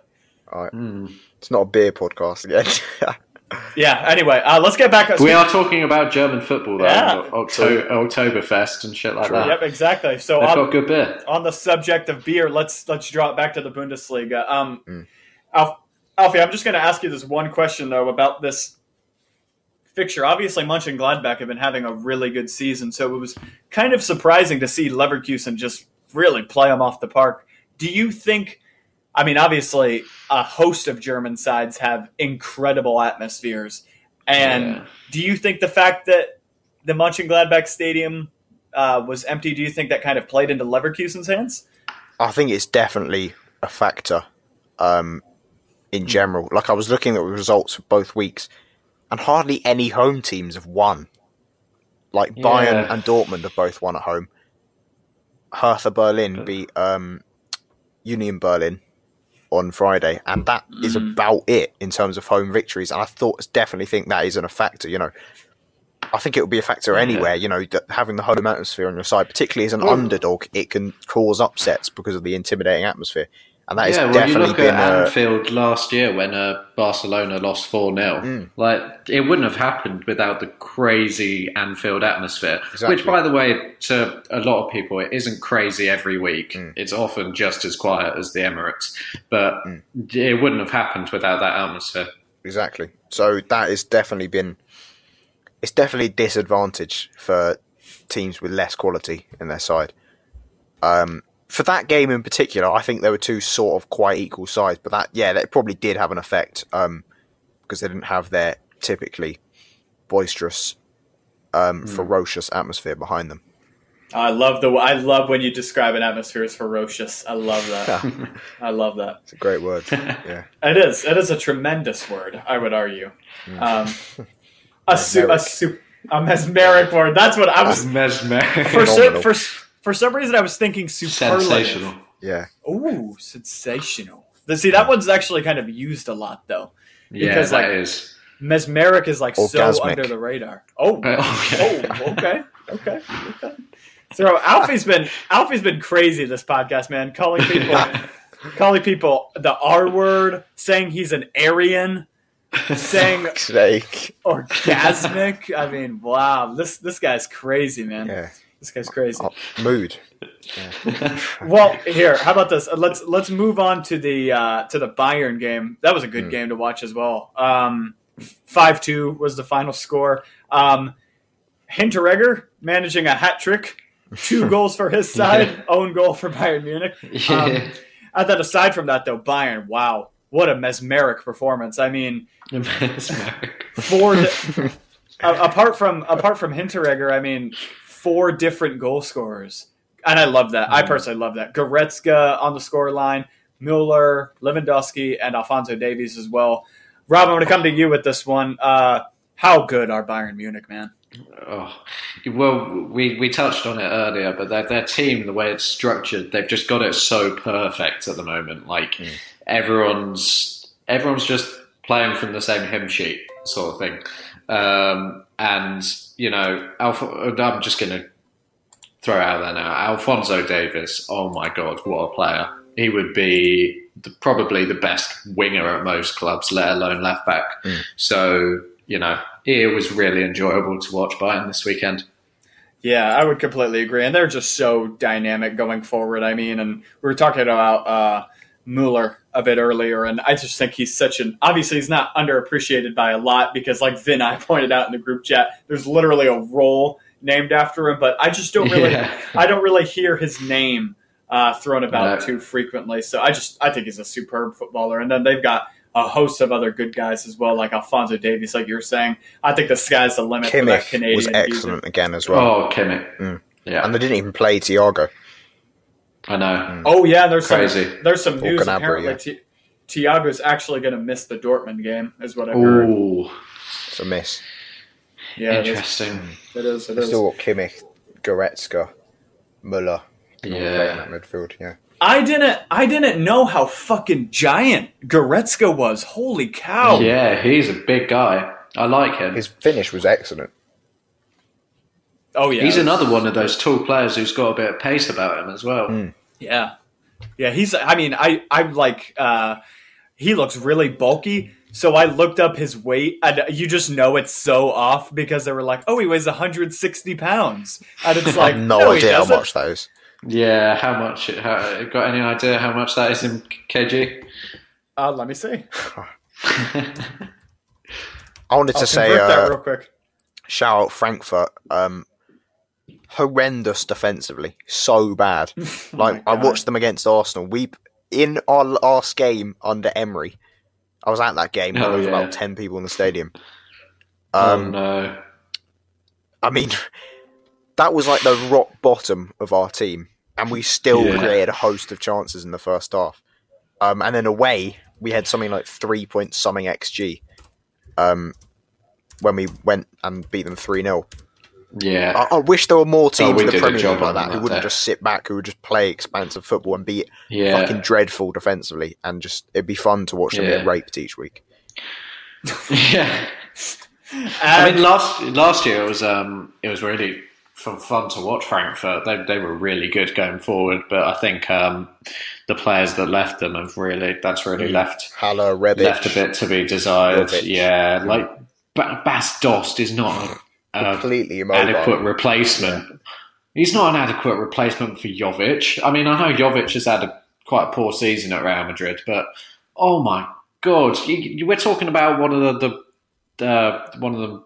All right.
Hmm.
It's not a beer podcast again.
Yeah. Anyway, uh, let's get back.
We are talking about German football though,
Yeah.
and Octo- Oktoberfest and shit like that.
Yep. Exactly. So
They've
on,
got good beer.
on the subject of beer, let's let's drop back to the Bundesliga. Um,
Mm.
Alf, Alfie, I'm just going to ask you this one question though about this fixture. Obviously, Munch and Gladbach have been having a really good season, so it was kind of surprising to see Leverkusen just really play them off the park. Do you think? I mean, obviously, a host of German sides have incredible atmospheres, and
Yeah.
do you think the fact that the Mönchengladbach Stadium uh, was empty, do you think that kind of played into Leverkusen's hands?
I think it's definitely a factor um, in general. Like I was looking at the results of both weeks, and hardly any home teams have won. Like Bayern
Yeah.
and Dortmund have both won at home. Hertha Berlin beat um, Union Berlin on Friday, and that is about it in terms of home victories. And I thought definitely think that isn't a factor. You know, I think it would be a factor anywhere. You know, that having the home atmosphere on your side, particularly as an
Well-
underdog, it can cause upsets because of the intimidating atmosphere, and that has
yeah, well, you
definitely
look
been.
at
uh
Anfield last year when uh, Barcelona lost 4 0.
Hmm.
Like, it wouldn't have happened without the crazy Anfield atmosphere.
Exactly.
Which, by the way, to a lot of people, it isn't crazy every week.
Hmm.
It's often just as quiet as the Emirates. But
Hmm.
it wouldn't have happened without that atmosphere.
exactly. So that has definitely been. It's definitely a disadvantage for teams with less quality in their side. Um, for that game in particular, I think there were two sort of quite equal sides, but that yeah, that probably did have an effect um, because they didn't have their typically boisterous,
Hmm.
um, ferocious atmosphere behind them.
I love the I love when you describe an atmosphere as ferocious. I love that. I love that.
It's a great word. yeah,
It is. It is a tremendous word. I would argue. Um, a su- a
Mesmeric.
su- a mesmeric word. That's what I was for,
Mesmeric.
some, for for some reason I was thinking superlative.
Sensational.
yeah.
Ooh, sensational. See, that one's actually kind of used a lot though.
Yeah,
Because,
that
like-
is.
Mesmeric is like so
Orgasmic.
under the radar. Oh,
Uh, okay.
oh, okay, okay. okay. So Alfie's been Alfie's been crazy this podcast, man. Calling people, calling people the R word, saying he's an Aryan, saying
Snake.
orgasmic. I mean, wow, this this guy's crazy, man.
Yeah.
This guy's crazy.
Oh, mood.
Well, here, how about this? Uh, Let's let's move on to the uh, to the Bayern game. That was a
Hmm.
good game to watch as well. Um, Five two was the final score. Um, Hinteregger managing a hat trick, two goals for his side, own goal for Bayern Munich.
Yeah.
I thought aside from that though, Bayern, wow, what a mesmeric performance. I mean,
Mesmeric.
four di- a- apart from apart from Hinteregger, I mean, four different goal scorers, and I love that. I personally love that. Goretzka on the score line, Mueller, Lewandowski, and Alfonso Davies as well. Rob, I'm going to come to you with this one. Uh, how good are Bayern Munich, man?
Oh, well, we, we touched on it earlier, but their, their team, the way it's structured, they've just got it so perfect at the moment. Like everyone's everyone's just playing from the same hymn sheet, sort of thing. Um, and you know, Alfo- I'm just going to throw it out there now. Alfonso Davis. Oh my God, what a player! He would be the, probably the best winger at most clubs, let alone left back. So you know, it was really enjoyable to watch Bayern this weekend.
Yeah, I would completely agree. And they're just so dynamic going forward. I mean, and we were talking about uh, Mueller a bit earlier, and I just think he's such an obviously he's not underappreciated by a lot because, like Vin, I pointed out in the group chat, there's literally a role named after him, but I just don't really,
Yeah.
I don't really hear his name uh, thrown about
No.
too frequently. So I just I think he's a superb footballer. And then they've got a host of other good guys as well, like Alfonso Davies, like you were saying. I think the sky's the limit for that
Kimmich
Canadian.
was
geezer.
excellent again as well,
Oh, Kimmich.
Mm.
Yeah,
and they didn't even play Tiago.
I know.
Oh yeah, there's
Crazy.
some there's some
Or
news
Gnabry,
apparently.
yeah.
Ti- Tiago's actually going to miss the Dortmund game, is what I
Mm.
heard.
Ooh,
It's a miss.
yeah, it is.
interesting.
It is. It
They
is.
still got Kimmich, Goretzka, Muller. and all
Yeah.
that in that midfield. Yeah,
I didn't. I didn't know how fucking giant Goretzka was. Holy cow!
Oh. Yeah, he's a big guy. I like him.
his finish was excellent.
Oh yeah.
He's another one of those tall players who's got a bit of
Mm.
pace about him as well.
Yeah, yeah. He's. I mean, I. I'm like. uh he looks really bulky. So I looked up his weight, and you just know it's so off because they were like, "Oh, he weighs 160 pounds," and it's like,
no,
no, he
idea how
doesn't."
much that is.
Yeah, how much? It, how, got any idea how much that is in kg?
Uh, let me see.
Um, I wanted
I'll
to say
convert that
uh,
real quick.
shout out Frankfurt. Um, horrendous defensively, so bad. Like
Oh my
I
God.
watched them against Arsenal. We in our last game under Emery. I was at that game. where
Oh,
there was
yeah.
about ten people in the stadium. Um,
oh no!
I mean, that was like the rock bottom of our team, and we still
Yeah.
created a host of chances in the first half. Um, and then away, we had something like three point something xg um, when we went and beat them three 0
Yeah,
I, I wish there were more
Oh,
teams
we
in the
did a
Premier League
job
like
on
that who
that
wouldn't
day.
just sit back, who would just play expansive football and be
yeah.
fucking dreadful defensively, and just it'd be fun to watch them
Yeah.
get raped each week.
yeah. I
And
mean, last last year it was um it was really fun, fun to watch Frankfurt. They they were really good going forward, but I think um the players that left them have really that's really left
Haller, Rebic,
left Mm. a bit to be desired.
Jovic.
Yeah, like ba- Bas Dost is not a, a
completely immobile.
adequate replacement. He's not an adequate replacement for Jovic. I mean, I know Jovic has had a quite a poor season at Real Madrid, but oh my god, you, you, we're talking about one of the, the uh, one of the.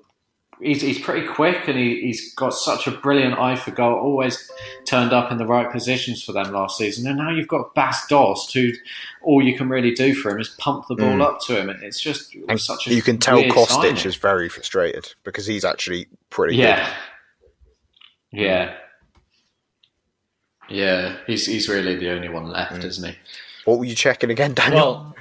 He's, he's pretty quick and he, he's got such a brilliant eye for goal. Always turned up in the right positions for them last season. And now you've got Bas Dost, who all you can really do for him is pump the ball
Mm.
up to him. And it's just
And
such a
you can tell
weird
Kostic
signing.
is very frustrated because he's actually pretty good.
Yeah. Yeah. Yeah, he's he's really the only one left, isn't he?
What were you checking again, Daniel?
well,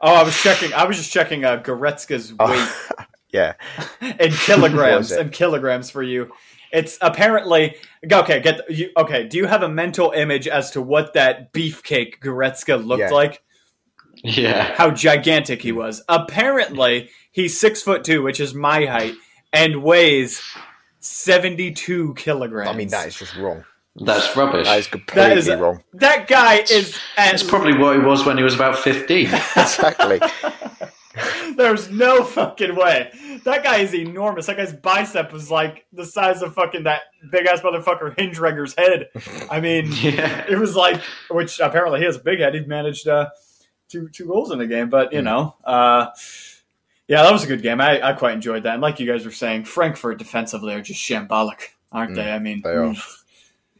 oh, I was checking. I was just checking uh, Goretzka's weight.
Oh, yeah,
in kilograms
What was it?
and kilograms for you. It's apparently okay. Get you, okay. Do you have a mental image as to what that beefcake Goretzka looked
Yeah. Hmm.
like?
Yeah.
How gigantic he was. Apparently, he's six foot two, which is my height, and weighs seventy-two kilograms.
I mean that is just wrong.
That's rubbish.
That is completely
That is-
wrong.
that guy is.
That's
And
probably what he was when he was about 15.
Exactly.
there's no fucking way. That guy is enormous. That guy's bicep was like the size of fucking that big ass motherfucker Hindranger's head. I mean.
yeah.
it was like which apparently he has a big head. He's managed uh, two two goals in the game, but
Hmm.
you know, uh, yeah, that was a good game. I, I quite enjoyed that. And like you guys were saying, Frankfurt defensively are just shambolic, aren't
Mm,
they? I mean,
they are.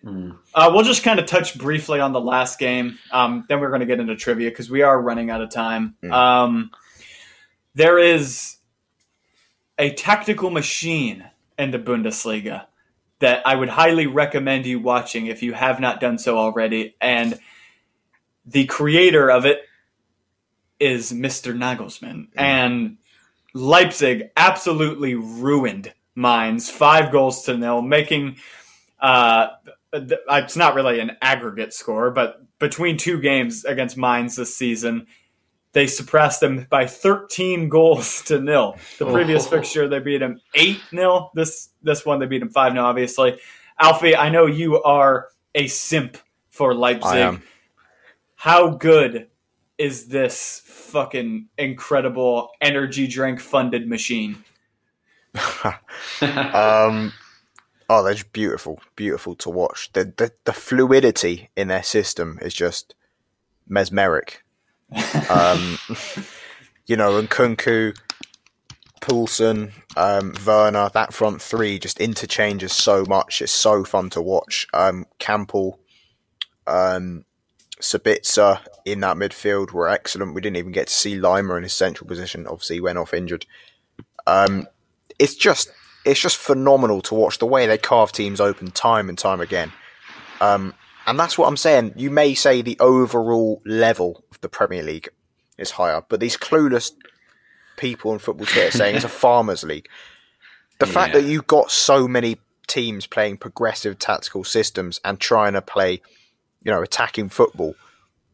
Mm.
Uh, we'll just kind of touch briefly on the last game. Um, then we're going to get into trivia because we are running out of time.
Mm.
Um, there is a tactical machine in the Bundesliga that I would highly recommend you watching if you have not done so already. And the creator of it is Mr. Nagelsmann. And Leipzig absolutely ruined Mines, five goals to nil, making. Uh, th- it's not really an aggregate score, but between two games against Mines this season, they suppressed them by 13 goals to nil. The previous
Oh.
fixture, they beat them 8 nil. This, this one, they beat them 5 0, obviously. Alfie, I know you are a simp for Leipzig.
I am.
How good is this fucking incredible energy drink funded machine?
Um, oh, they're just beautiful, beautiful to watch. The, the the fluidity in their system is just mesmeric. Um, you know, and Kunku, Poulsen, um, Werner, that front three just interchanges so much. It's so fun to watch. Um, Campbell, um, Sabitzer in that midfield were excellent. We didn't even get to see Lima in his central position. Obviously, he went off injured. Um, it's just it's just phenomenal to watch the way they carve teams open time and time again. Um, and that's what I'm saying. You may say the overall level of the Premier League is higher, but these clueless people in football Twitter are saying it's a farmers' league. The fact
Yeah.
that you got so many teams playing progressive tactical systems and trying to play, you know, attacking football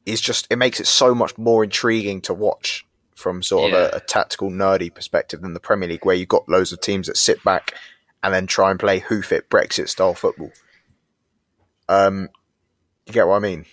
is just it makes it so much more intriguing to watch from sort of
Yeah.
a, a tactical nerdy perspective than the Premier League, where you've got loads of teams that sit back and then try and play hoof it Brexit style football. Um, you get what I mean?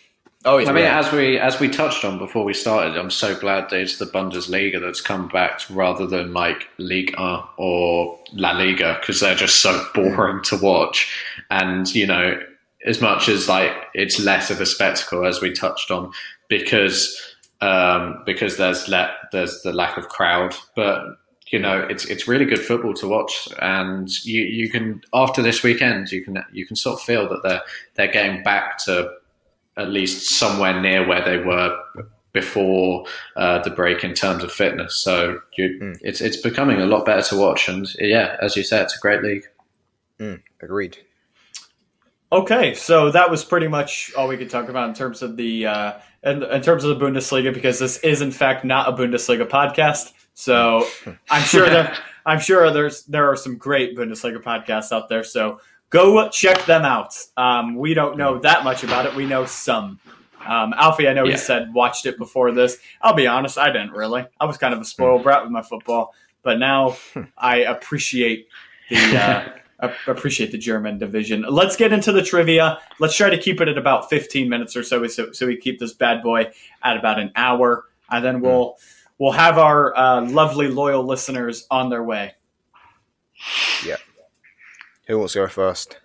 Oh
I mean, as we as we touched on before we started, I'm so glad that it's the Bundesliga that's come back rather than like Liga or La Liga because they're just so boring to watch. And you know, as much as like it's less of a spectacle as we touched on because um, because there's let there's the lack of crowd, but you know it's it's really good football to watch, and you you can after this weekend you can you can sort of feel that they're they're getting back to at least somewhere near where they were before uh, the break in terms of fitness. So you,
Mm.
it's it's becoming a lot better to watch, and yeah, as you said, it's a great league.
Mm, agreed.
Okay, so that was pretty much all we could talk about in terms of the uh, in, in terms of the Bundesliga because this is in fact not a Bundesliga podcast. So I'm sure there I'm sure there's there are some great Bundesliga podcasts out there. So go check them out. Um, we don't know that much about it. We know some. Um, Alfie, I know
Yeah.
he said watched it before this. I'll be honest, I didn't really. I was kind of a spoiled brat with my football, but now I appreciate the. Uh, I appreciate the German division. Let's get into the trivia. Let's try to keep it at about 15 minutes or so, so, so we keep this bad boy at about an hour, and then we'll we'll have our uh, lovely loyal listeners on their way.
Who wants to go first?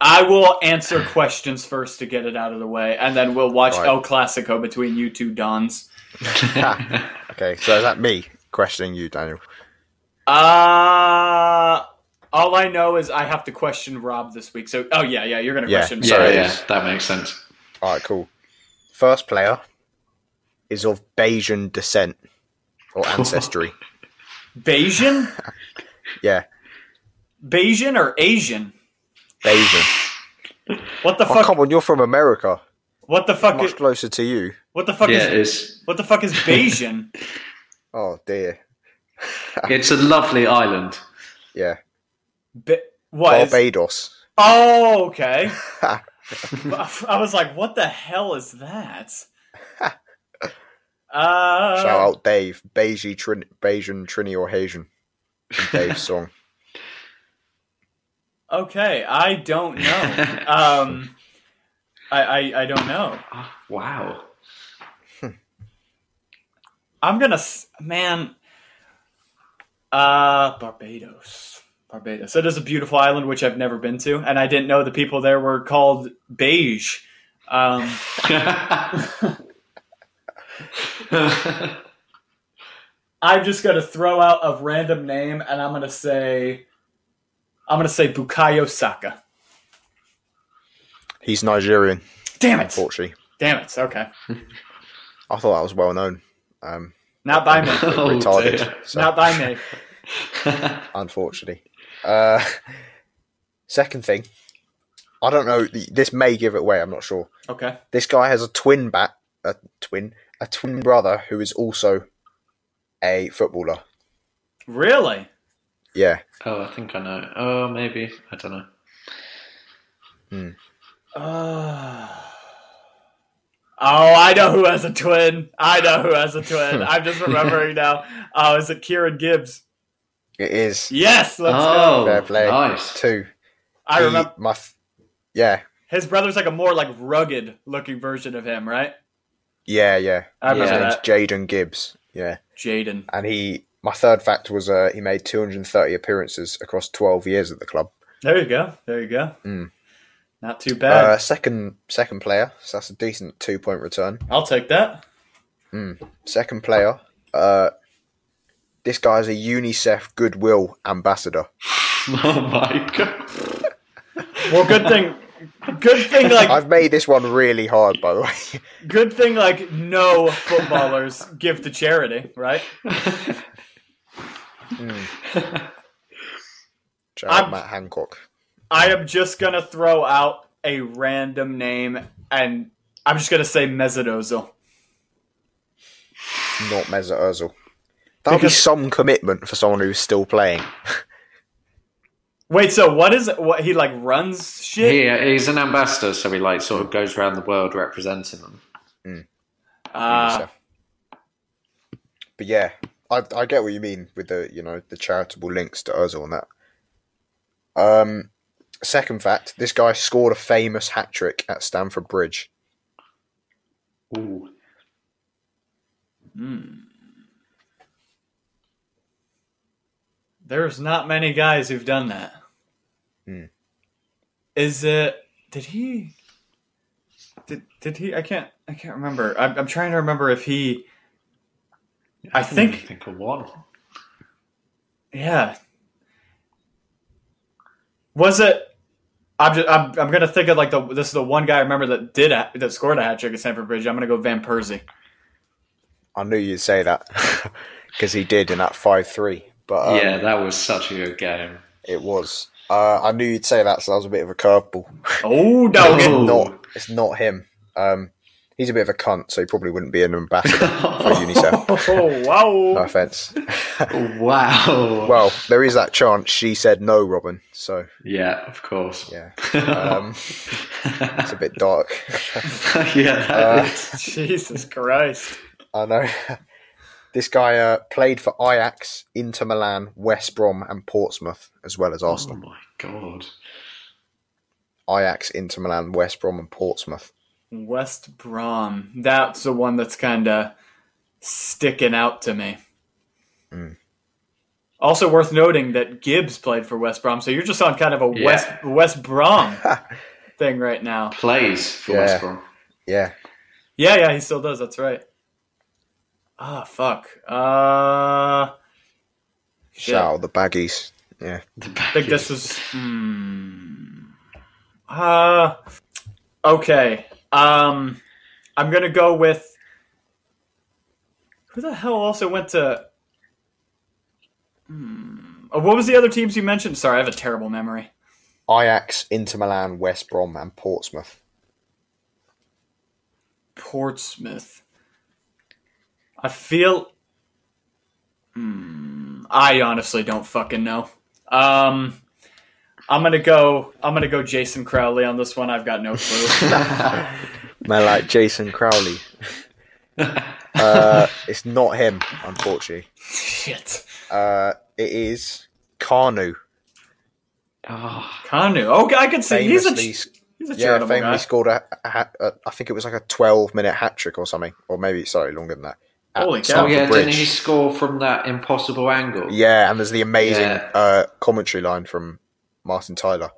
I will answer questions first to get it out of the way, and then we'll watch
Right.
El Clasico between you two dons.
Okay, so is that me questioning you, Daniel?
Uh all I know is I have to question Rob this week. So, oh yeah, yeah, you're gonna
Yeah.
question.
yeah,
Sorry.
yeah, that makes sense.
All right, cool. First player is of Bayesian descent or ancestry.
Bayesian,
yeah,
Bayesian, or Asian?
Bayesian.
What the
Oh,
fuck?
come on, you're from America.
What the fuck?
Much
Is,
closer to you.
what the fuck
yeah,
is
it's
What the fuck is Bayesian?
Oh dear.
it's a lovely island.
Yeah,
Ba- what? is-
Barbados.
oh, okay. I was like, what the hell is that? Uh,
Uh,
Shout out Dave. Beijing, Trin- Bayesian, Trini or Haitian. Dave's song.
Okay, I don't know. Um, I, I I don't know.
Wow.
I'm gonna s- man. Uh, Barbados. Barbados. It is a beautiful island which I've never been to, and I didn't know the people there were called beige. Um, I'm just gonna throw out a random name, and I'm gonna say, I'm gonna say Bukayo Saka.
He's Nigerian,
Damn it!
unfortunately.
Damn it! Okay,
I thought that was well known. Um,
not by me.
Oh,
retarded.
dear.
so,
Not by me.
unfortunately. Uh, second thing, I don't know. th- This may give it away. I'm not sure.
Okay.
This guy has a twin bat, a twin, a twin brother who is also a footballer.
Really?
Yeah,
oh, I think I know. Oh, maybe I don't know.
Uh, oh, I know who has a twin. I know who has a twin. I'm just remembering now. Oh, is it Kieran Gibbs?
it is
Yes. Let's
oh,
go.
Fair play.
nice.
two.
I
He-
remember
my. F- yeah,
his brother's like a more like rugged looking version of him, right?
yeah, yeah.
I remember
Yeah.
His name's
that.
Jaden Gibbs. Yeah,
Jaden.
and he. My third fact was uh, he made 230 appearances across 12 years at the club.
There you go. There you go.
Hmm.
Mm.
Not too bad.
Uh, second second player, so that's a decent two point return.
I'll take that.
Second player, uh, this guy's a UNICEF Goodwill Ambassador.
Oh my god.
Well, good thing, good thing, like
I've made this one really hard, by the way.
good thing, like no footballers give to charity, right?
Shout out
I'm-
Matt Hancock.
I am just gonna throw out a random name, and I'm just gonna say Mesut Ozil.
not Mesut Ozil. That'll be
Because-
some commitment for someone who's still playing.
Wait, so what is what he like runs shit?
Yeah, he's an ambassador, so he like sort of goes around the world representing them.
Uh,
UNICEF. But yeah, I, I get what you mean with the you know the charitable links to Ozil and that. Um, Second fact: this guy scored a famous hat trick at Stamford Bridge.
Ooh.
Hmm. There's not many guys who've done that. Is
Hmm.
it? Did he? Did did he? I can't. I can't remember. I'm, I'm trying to remember if he. I
can
think-
only think of one.
Yeah. Was it? I'm just. I'm, I'm gonna think of like the. This is the one guy I remember that did a, that scored a hat trick at Stamford Bridge. I'm gonna go Van Persie.
I knew you'd say that because he did in that five three. But um,
yeah, that was such a good game.
it was. Uh, I knew you'd say that, so that was a bit of a curveball.
Oh, Dalgan.
Oh.
Not, it's not him. Um, he's a bit of a cunt, so he probably wouldn't be an ambassador for UNICEF.
Oh,
No
wow.
offense.
wow.
Well, there is that chance. She said no, Robin. So
yeah, of course.
yeah, um, it's a bit dark.
yeah,
Uh,
that is
Jesus Christ.
I know. This guy uh, played for Ajax, Inter Milan, West Brom, and Portsmouth, as well as
Oh
Arsenal.
my god.
Hmm.
Ajax, Inter Milan, West Brom, and Portsmouth.
West Brom. That's the one that's kind of sticking out to me.
Mm.
Also worth noting that Gibbs played for West Brom, so you're just on kind of a
Yeah.
West West Brom thing right now.
Plays for
Yeah.
West Brom.
Yeah,
Yeah, yeah, he still does. That's right. Ah, fuck. Uh, shit.
shout out the baggies. Yeah,
The
I think this was. Hmm. Uh, okay. Um, I'm gonna go with. Who the hell also went to? Hmm. Oh, what was the other teams you mentioned? Sorry, I have a terrible memory.
Ajax, Inter Milan, West Brom, and Portsmouth.
Portsmouth. I feel. Hmm. I honestly don't fucking know. Um, I'm gonna go. I'm gonna go Jason Crowley on this one. I've got no clue.
Man, like Jason Crowley. uh, it's not him, unfortunately.
Shit.
Uh, it is Carnu.
Ah,
Kanu. Okay, I can see. He's a,
Famously,
he's a
yeah,
charitable
famously
guy.
scored a, a, hat- a, I think it was like a 12 minute hat trick or something, or maybe sorry, longer than that. at
Holy cow.
oh
Stamford
yeah, didn't
Bridge.
he score from that impossible angle?
Yeah, and there's the amazing
Yeah.
uh, commentary line from Martin Tyler.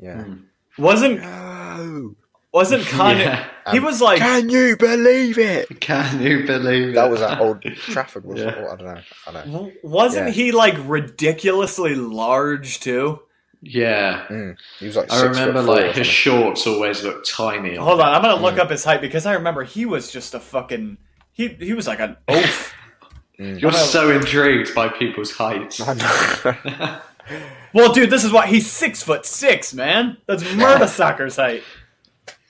Yeah.
Hmm.
Wasn't
No.
wasn't Kanu?
Yeah.
He
Um,
was like
Can you believe it?
Can you believe
That
it?
was at Old Trafford, wasn't it?
Yeah.
Or I don't know. I don't know.
w- wasn't
Yeah.
he like ridiculously large too?
Yeah.
He was like.
I
Mm, six
remember
foot four or
like his
something.
shorts always look tiny.
Hold on, I'm gonna
Mm.
look up his height because I remember he was just a fucking he he was like an oaf.
You're
I'm gonna-
so intrigued by people's heights.
I know.
well, dude, this is why he's six foot six, man. That's murder soccer's height.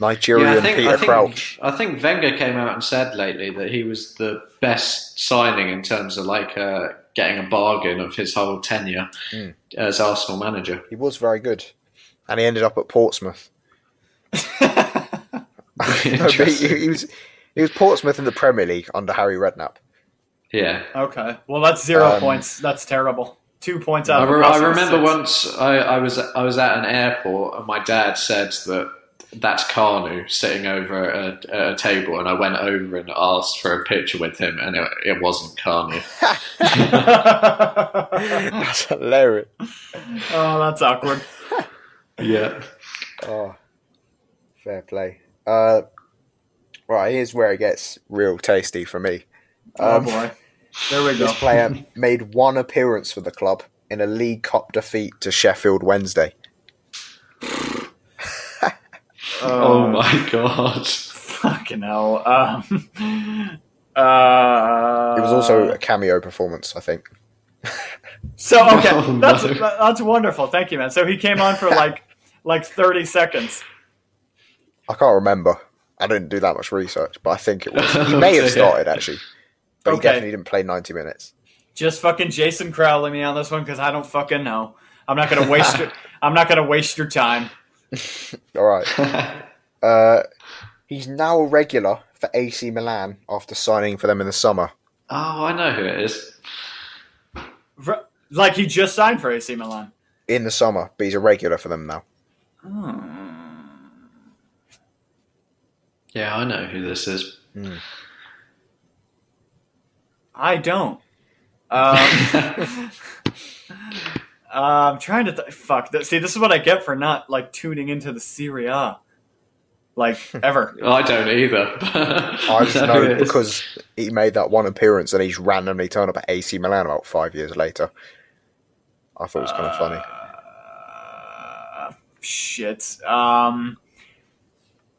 Nigerian Peter
I think,
Crouch.
I think Wenger came out and said lately that he was the best signing in terms of like uh, getting a bargain of his whole tenure
Mm.
as Arsenal manager.
He was very good, and he ended up at Portsmouth. No, but he,
Interesting.
he was he was Portsmouth in the Premier League under Harry Redknapp.
yeah.
Okay, well that's zero
Um,
points. That's terrible. Two points out.
I,
of a
re- I
possible
remember
six.
once I, I was I was at an airport and my dad said that that's Carnu sitting over at a, at a table and I went over and asked for a picture with him and it, it wasn't Carnu.
That's hilarious.
oh, that's awkward.
yeah.
Oh, fair play. Uh, right, here's where it gets real tasty for me.
Oh
Um,
boy, there we go.
This player made one appearance for the club in a League Cup defeat to Sheffield Wednesday.
Oh
Uh,
my god.
Fucking hell. Um, uh,
It was also a cameo performance, I think.
so okay.
Oh, no.
that's that's wonderful. Thank you, man. So he came on for like like thirty seconds.
I can't remember. I didn't do that much research, but I think it was. He may have started actually, but he
Okay.
definitely didn't play ninety minutes.
Just fucking Jason Crowley me on this one because I don't fucking know. I'm not gonna waste. your, I'm not gonna waste your time.
All right. uh, he's now a regular for AC Milan after signing for them in the summer.
Oh, I know who it is.
R- Like he just signed for AC Milan.
in the summer, but he's a regular for them now.
Yeah, I know who this is.
I don't. Um, Uh, I'm trying to th- fuck. Th- see, this is what I get for not like tuning into the Serie A, like ever.
I don't either.
I
I
just know because he made that one appearance and he's randomly turned up at AC Milan about five years later. I thought it was kind of funny.
Uh, shit. Um,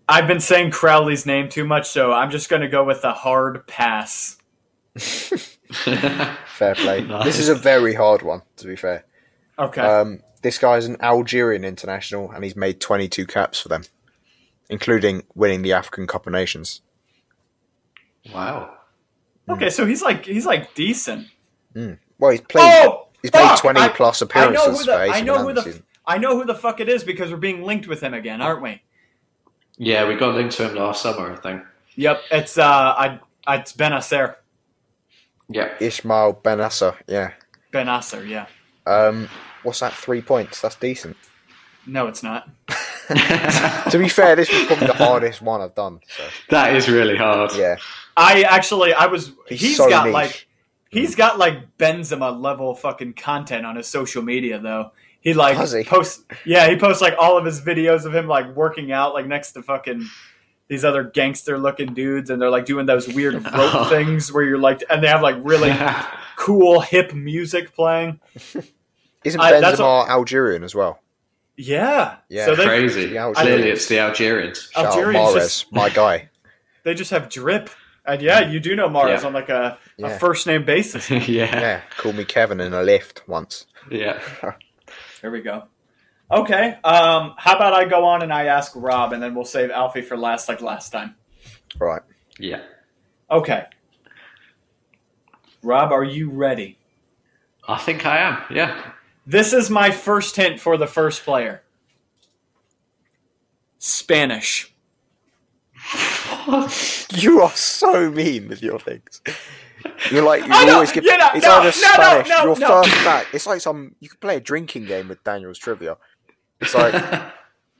I've been saying Crowley's name too much, so I'm just gonna go with a hard pass.
Fair play.
Nice.
This is a very hard one, to be fair.
Okay.
Um, this guy's an Algerian international and he's made 22 caps for them, including winning the African Cup of Nations.
wow.
okay, so he's like he's like decent.
Well, he's played.
Oh,
he's made
fuck!
20
I-
plus
I know
appearances
who the
for AC
I know
Milan
who
this
the
season.
I know who the fuck it is because we're being linked with him again, aren't we?
Yeah, we got linked to him last summer, I think.
Yep. It's uh, I it's Benacer.
Yeah.
Ismail Benassa, yeah.
Benacer, yeah.
Um, what's that? Three points. That's decent.
No, it's not.
To be fair, this was probably the hardest one I've done. So
That is really hard.
yeah,
I actually I was
He's
he's
so
got
niche.
like he's got like Benzema level fucking content on his social media though. He like
Does he?
posts yeah, he posts like all of his videos of him like working out like next to fucking these other gangster looking dudes and they're like doing those weird rope
Oh.
things where you're like and they have like really cool hip music playing.
isn't
I- that's
Benzema Algerian as well?
Yeah.
Yeah,
So they
Crazy.
Yeah, I was
Clearly,
really-
it's the Algerians.
Shout out
Algerians
Mahrez,
just-
my guy.
they just have drip. And yeah, you do know Mars
Mm. Yeah.
on like a,
Yeah.
a first name basis.
yeah. yeah.
Yeah, called me Kevin in a lift once.
There we go. Okay. Um, how about I go on and I ask Rob, and then we'll save Alfie for last, like last time.
Right,
Yeah.
Okay. Rob, are you ready?
I think I am. Yeah.
This is my first hint for the first player. Spanish.
you are so mean with your things. You're like you
I know,
always give.
you know,
it's
no,
either
no, no,
Spanish.
no,
your
no.
first fact. It's like some. You could play a drinking game with Daniel's trivia. It's like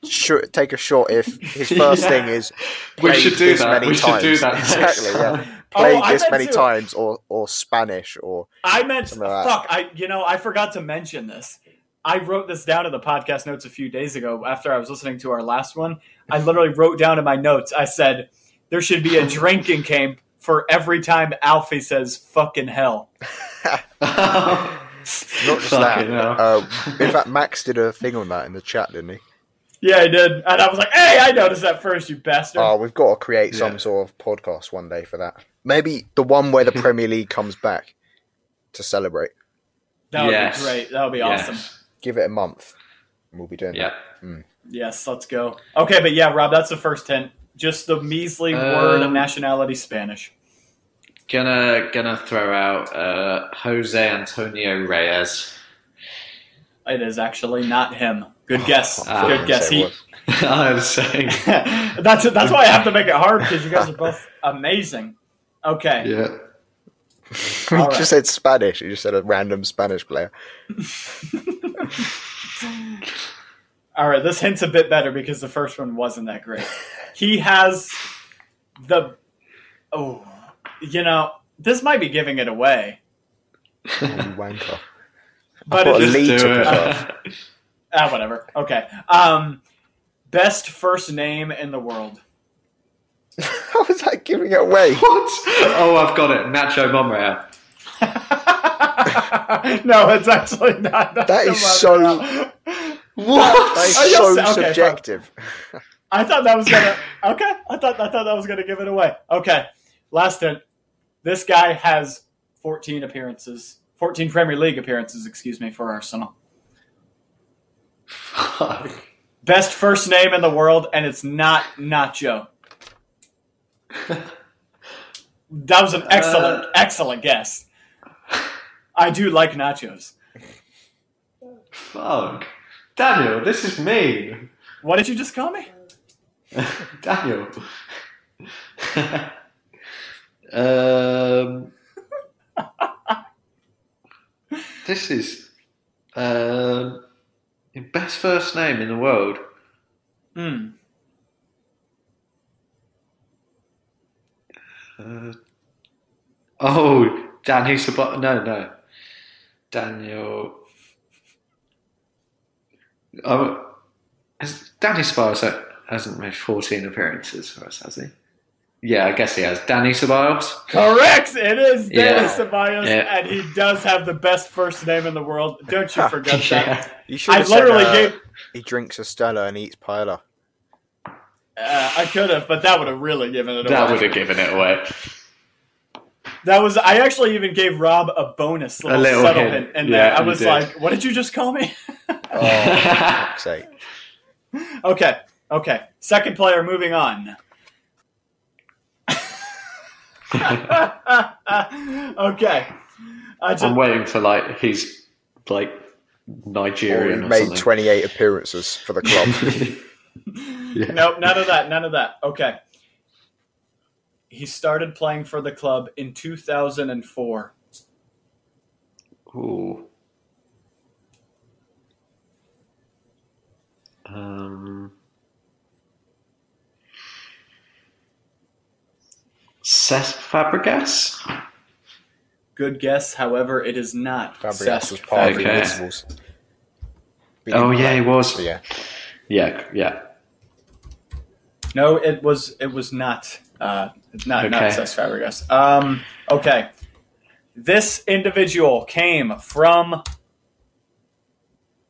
sure, take a shot if his first
Yeah.
thing is.
we
played
should do
this
that.
many
We should
times.
do that. next
Exactly. Yeah.
time.
Oh,
Played
I
this
meant
many
to-
times, or or Spanish, or
I meant
Something like that.
fuck. I you know I forgot to mention this. I wrote this down in the podcast notes a few days ago after I was listening to our last one. I literally wrote down in my notes. I said there should be a drinking camp for every time Alfie says "fucking hell."
not just
Fucking
that. Uh,
hell.
in fact, Max did a thing on that in the chat, didn't he?
Yeah, I did, and I was like, "Hey, I noticed that first, you bastard."
Oh, we've got to create
Yeah.
some sort of podcast one day for that. Maybe the one where the Premier League comes back to celebrate.
that would
yes.
be great. That would be awesome.
Yes.
Give it a month, and we'll be doing
Yeah.
Yes, let's go. Okay, but yeah, Rob, that's the first hint. Just the measly word of
Um,
nationality Spanish.
Gonna gonna throw out uh, Jose Antonio Reyes.
It is actually not him. Good guess.
that.
Ah,
Good guess.
Say
He,
what?
I was saying.
that's that's why I have to make it hard because you guys are both amazing. Okay,
Yeah.
he
All right.
just said Spanish. He just said a random Spanish player.
all right. This hint's a bit better because the first one wasn't that great. He has the oh, you know, this might be giving it away,
Oh, you wanker.
but
What a
it's,
lead
Do
to preserve.
it.
ah, whatever. Okay, um, best first name in the world.
How is that giving it away?
what? Oh, I've got it. Nacho Monreal.
no, it's actually not.
That is so.
What?
That is
Are you
so
se- okay, fine.
subjective.
I thought that was gonna okay. I thought I thought that was gonna give it away. Okay, last hint. This guy has 14 appearances, 14 Premier League appearances, excuse me, for Arsenal.
Fuck.
Best first name in the world, and it's not Nacho. That was an excellent,
Uh.
excellent guess. I do like nachos.
Fuck. Daniel, this is mean.
What did you just call me?
Daniel. um, this is. Um, Best first name in the world.
Hmm.
Uh, oh, Dan Husabot. No, no. Daniel. Oh, has Danny Sabiles ha- hasn't made 14 appearances for us, has he? Yeah, I guess he has. Danny Sabiles?
Correct. It is
Yeah.
Dennis Ceballos,
Yeah.
and he does have the best first name in the world. Don't you forget that.
You should
I
have
literally
said, uh,
gave.
He drinks a Stella and eats paella.
Uh, I could have, but that would have really given it away.
That would have given it away.
That was. I actually even gave Rob a bonus little,
little
subtle
hint.
hint, and
Yeah,
I
you
was
did.
like, "What did you just call me?"
Oh, fuck's sake.
okay. Okay. Second player. Moving on. okay. I just,
I'm waiting for like he's like
Or he
Nigerian or,
made
something.
28 appearances for the club.
Yeah.
Nope, none of that. None of that. Okay. He started playing for the club in 2004.
Ooh. Um, Cesc Fabregas?
Good guess. However, it is not.
Fabregas was
Cesc
part of the
Okay.
Invincibles. But
Oh
he-
yeah, he was.
but
Yeah,
yeah.
yeah. yeah.
No, it was it was not uh, not not
Okay.
Cesc Fabregas. Um, okay, this individual came from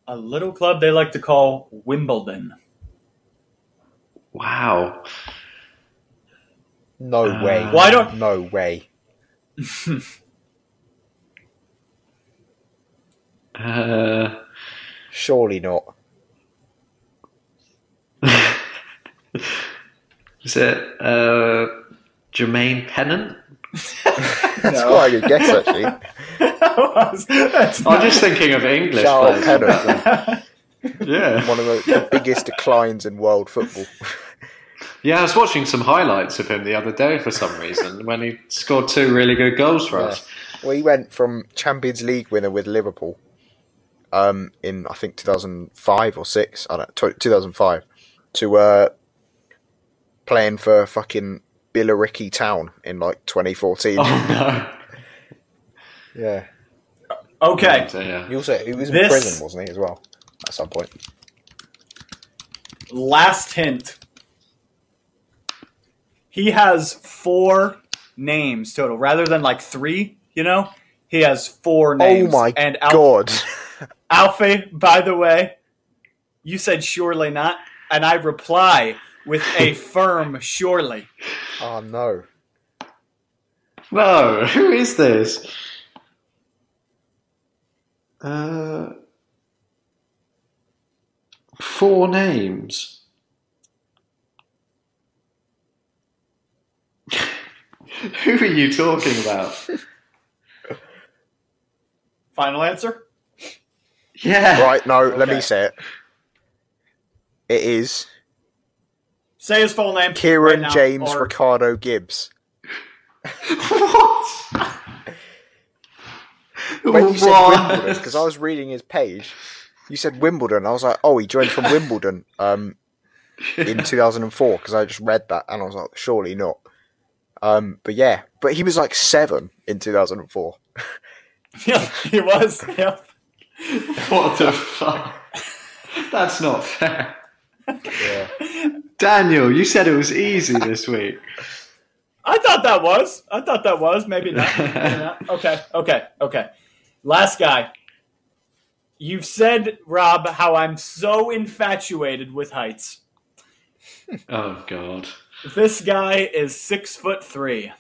a little club they like to call Wimbledon.
Wow.
No way.
Uh,
Well, I don't-
No way.
Uh,
Surely not.
is it uh, Jermaine Pennant?
That's
No.
quite a good guess, actually.
That's
I'm
not-
just thinking of English
Charles
players.
Pennant,
Yeah.
one of the, the biggest declines in world football.
Yeah, I was watching some highlights of him the other day for some reason when he scored two really good goals for us.
Well, he went from Champions League winner with Liverpool um, in, I think, 2005 or 6, I don't know, 2005, to uh, playing for fucking Billericay Town in like 2014.
Oh no.
Yeah.
okay.
So, yeah.
He also he was in
This-
prison, wasn't he, as well, at some point?
Last hint. He has four names total, rather than like three. You know, he has four names.
Oh my
and Al-
god.
Alfie, by the way, you said surely not, and I reply with a firm surely.
oh no.
No, who is this? Uh, four names. who are you talking about?
Final answer?
Yeah.
Right, no, let me
Okay.
say it. It is
Say his full name. right
Kieran
now,
James
or-
Ricardo Gibbs.
What?
When you said
What?
Wimbledon, because I was reading his page, you said Wimbledon. I was like, oh, he joined from Wimbledon um, in 2004, because I just read that and I was like, surely not. Um, but yeah, but he was like seven in 2004.
Yeah, he was. Yep.
What the fuck? That's not fair.
Yeah.
Daniel, you said it was easy this week.
I thought that was. I thought that was. Maybe not. Maybe not. Okay, okay, okay. Last guy. You've said, Rob, how I'm so infatuated with heights.
Oh god.
This guy is six foot three.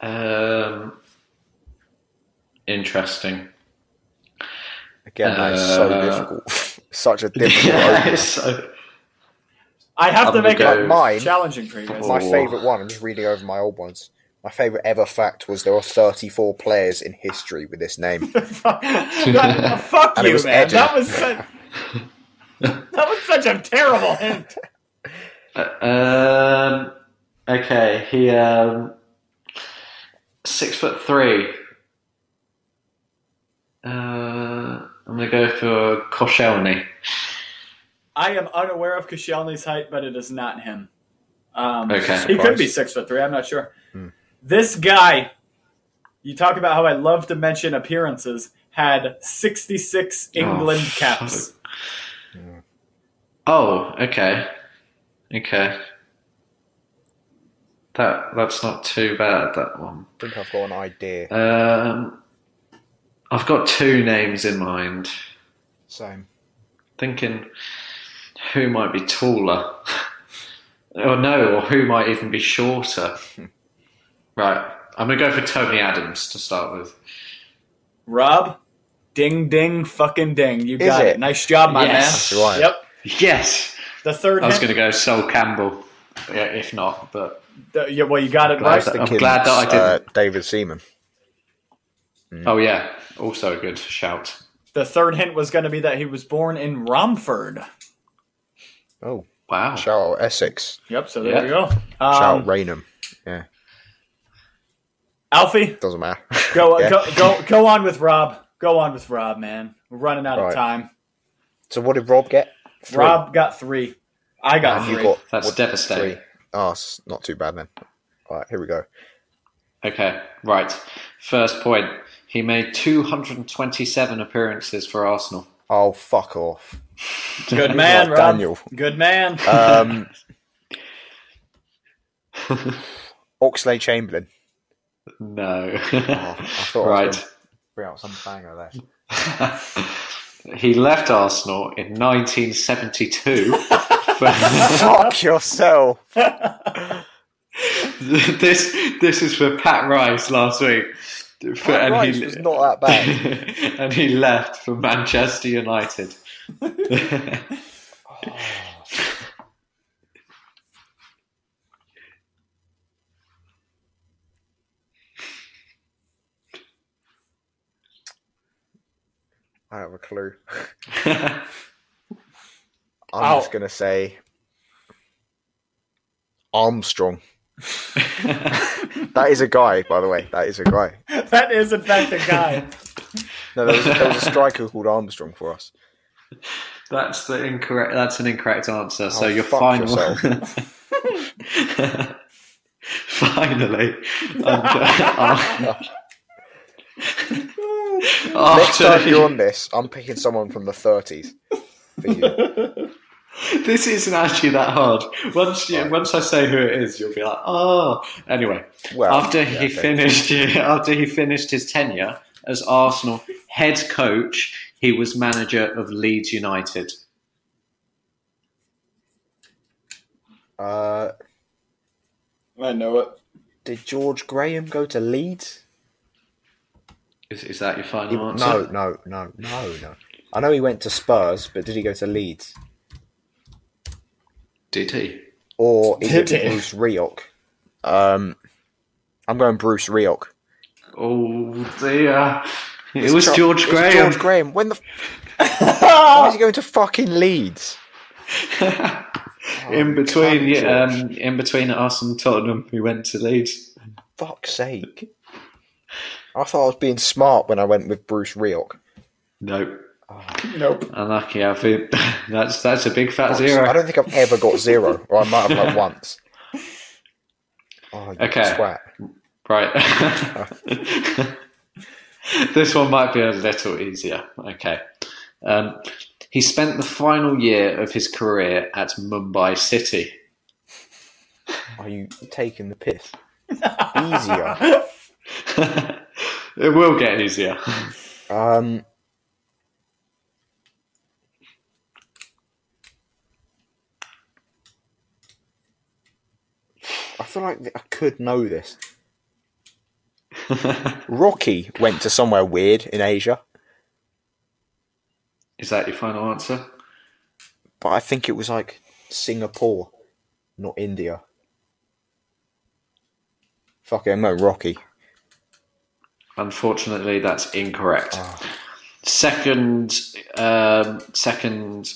Um, interesting.
Again, that is so
Uh,
difficult. Such a difficult
Yeah,
opener.
so-
I have
I'm
to
gonna
make
go
it
mine.
challenging for you guys.
My
Oh.
favourite one, I'm just reading over my old ones. My favourite ever fact was there are 34 players in history with this name.
fuck that- fuck
And it
you,
was
man.
edgy.
That was such, that was such a terrible hint.
um, okay, he um, six foot three. Uh, I'm going to go for Koscielny.
I am unaware of Koscielny's height, but it is not him. Um,
Okay.
He could be
Surprised.
six foot three. I'm not sure.
Hmm.
This guy, you talk about how I love to mention appearances, had 66 England
Oh, fuck.
caps.
Oh, okay, okay. That that's not too bad. That one.
I think I've got an idea.
Um, I've got two names in mind.
Same.
Thinking who might be taller, or no, or who might even be shorter. right, I'm gonna go for Tony Adams to start with.
Rob, ding, ding, fucking ding. You
Is
got it?
it?
Nice job, my
Yes.
That's
man.
right.
Yep.
Yes,
The third
I was
hint-
gonna go Sol Campbell. Yeah, if not, but
the- yeah, well, you got it
Glad
right.
Nice
that-
to
I'm
kid,
glad that I didn't.
Uh, David Seaman. Mm.
oh yeah, also a good shout.
The third hint was going to be that he was born in Romford.
Oh,
Wow.
shout out Essex.
Yep, so there
Yeah.
you go.
Shout
Um,
out Raynham. Yeah,
Alfie,
doesn't matter.
go,
Yeah.
go go go on with Rob. Go on with Rob, man. We're running out of
Right.
time.
So what did Rob get? Three.
Rob got three. I got
And
three.
you got
That's
what,
devastating.
Three. Oh, it's not too bad then. All right, here we go.
Okay, right. First point. He made 227 appearances for Arsenal.
Oh, fuck off,
Good man,
Like
Rob.
Daniel.
Good man.
Um, Oxley Chamberlain.
No.
Oh, I thought I was
right.
Bring out some banger there.
he left Arsenal in 1972. for-
Fuck yourself.
this this is for Pat Rice last week. For,
Pat Rice was not that
bad. and he left for Manchester United.
I don't have a clue. I'm
Ow.
just gonna say Armstrong. that is a guy, by the way. That is a guy.
that is in fact a guy.
No, there was, there was a striker called Armstrong for us.
That's the incorrect. That's an incorrect answer. so
Oh,
your
fuck
final.
yourself.
Finally, after, Oh,
Next time
after
you're on this, I'm picking someone from the 30s. For you.
this isn't actually that hard. Once you,
Right.
once I say who it is, you'll be like, oh. Anyway,
Well,
after
yeah,
he
okay.
finished, after he finished his tenure as Arsenal head coach, he was manager of Leeds United.
Uh,
I know it.
did George Graham go to Leeds?
Is, is that your final
no,
answer?
no, no, no, no. I know he went to Spurs, but did he go to Leeds?
Did he?
Or is it
Did he?
Bruce Rioch? Um, I'm going Bruce Rioch.
Oh dear. It was
Tro-
George
it's
Graham.
George Graham. When the why is he going to fucking Leeds?
in between,
Oh, George.
yeah, um, in between us and Tottenham, we went to Leeds.
Fuck's sake! I thought I was being smart when I went with Bruce Rioch.
No,
Oh,
Nope.
unlucky. I think that's that's a big fat
I
zero.
don't think I've ever got zero, or I might have like once. Oh, you
Okay.
twat.
Right. this one might be a little easier. Okay. Um, he spent the final year of his career at Mumbai City.
Are you taking the piss? Easier.
it will get easier.
Um. I feel like I could know this. Rocky went to somewhere weird in Asia,
Is that your final answer?
but I think it was like Singapore, not India. Fuck it, I'm going Rocky.
Unfortunately, that's incorrect. Second, um, second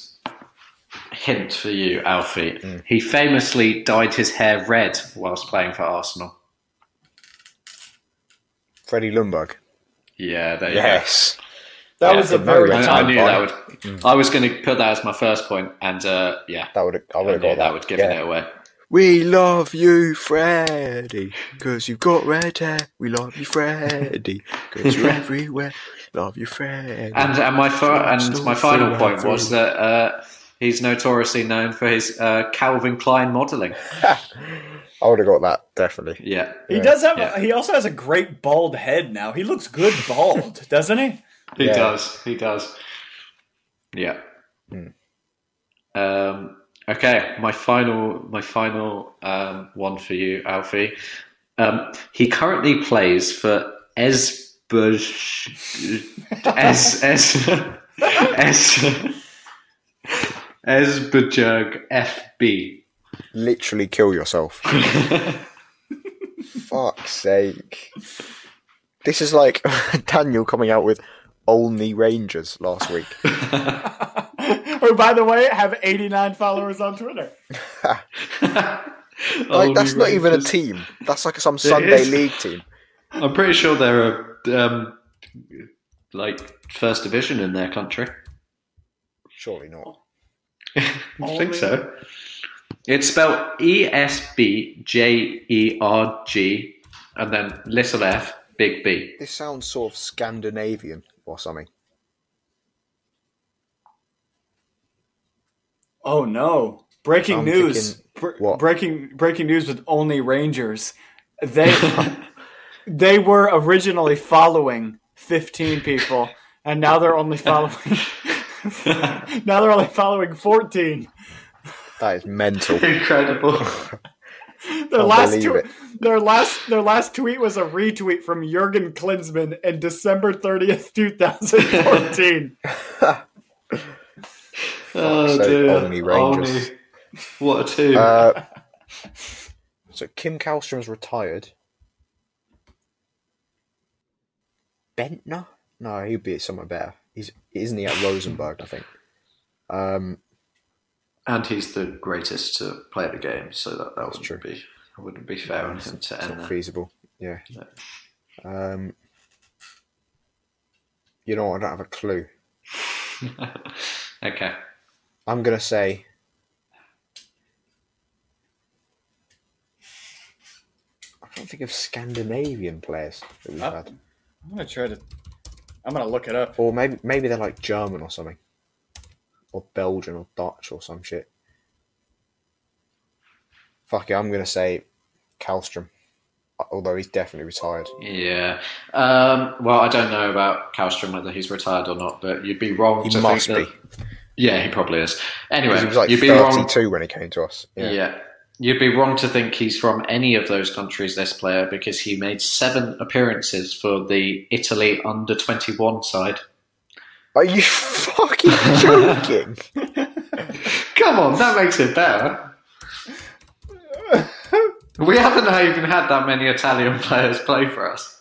hint for you, Alfie. He famously dyed his hair red whilst playing for Arsenal.
Freddie Lundberg.
Uh, Yeah, there you
Yes.
That
Yeah,
was a
no
very
way.
I,
time
I knew
bomb.
that would. I was going to put that as my first point, and uh, yeah,
That would I
I
would
knew
have got
that would give
yeah.
it away.
We love you, Freddy, because you've got red hair. We love you, Freddy, because you're everywhere. Love you, Freddy.
And and my fi-
Still
and my final
free
point
after
was
all.
that uh, he's notoriously known for his uh, Calvin Klein modelling.
I would have got that definitely.
Yeah,
He does have.
Yeah.
A, he also has a great bald head now. He looks good bald, doesn't he?
he
Yeah.
does. He does. Yeah.
Hmm.
Um, okay, my final my final um, one for you, Alfie. Um, he currently plays for Esbjerg. Es Es Es Esbjerg FB.
Literally kill yourself. Fuck's sake. This is like Daniel coming out with only Rangers last week.
Who, by the way, have 89 followers on Twitter.
Like,
like,
that's not even a team. That's like some Sunday
is.
league team.
I'm pretty sure they're a um, like first division in their country.
Surely not.
I
Only-
think so. It's spelled E S B J E R G and then little f, big B.
This sounds sort of Scandinavian or something.
Oh no! Breaking
I'm
news.
thinking-
Bre-
what?
Breaking breaking news with only Rangers. They they were originally following 15 people, and now they're only following. now they're only following 14.
That is mental.
Incredible. Oh,
Their
Don't
last
believe
tw-
it.
their last their last tweet was a retweet from Jurgen Klinsmann in December 30th, 2014.
oh,
sake,
dear.
only Rangers.
Only- What a two.
Uh, so Kim Kalstrom's retired. Bentner? No, he'd be somewhere better. He's isn't he at Rosenborg? I think. Um,
and he's the greatest to play the game, so that, that wouldn't
true.
be wouldn't be fair on him to
it's
end
not
there.
feasible. Yeah. Um, you know, what, I don't have a clue.
Okay.
I'm gonna say. I can't think of Scandinavian players that we've
Up.
had,
I'm gonna try to. I'm gonna look it up.
or maybe maybe they're like German or something, or Belgian or Dutch or some shit. Fuck it, I'm gonna say Kalstrom, although he's definitely retired.
Yeah. Um, well, I don't know about Kalstrom whether he's retired or not, but you'd be wrong
He
to
must
think
be
that. Yeah, he probably is. Anyway,
because he was like
you'd be wrong.
32 when he came to us.
Yeah.
Yeah,
You'd be wrong to think he's from any of those countries, this player, because he made seven appearances for the Italy under 21 side.
are you fucking joking?
Come on, that makes it better. we haven't even had that many Italian players play for us.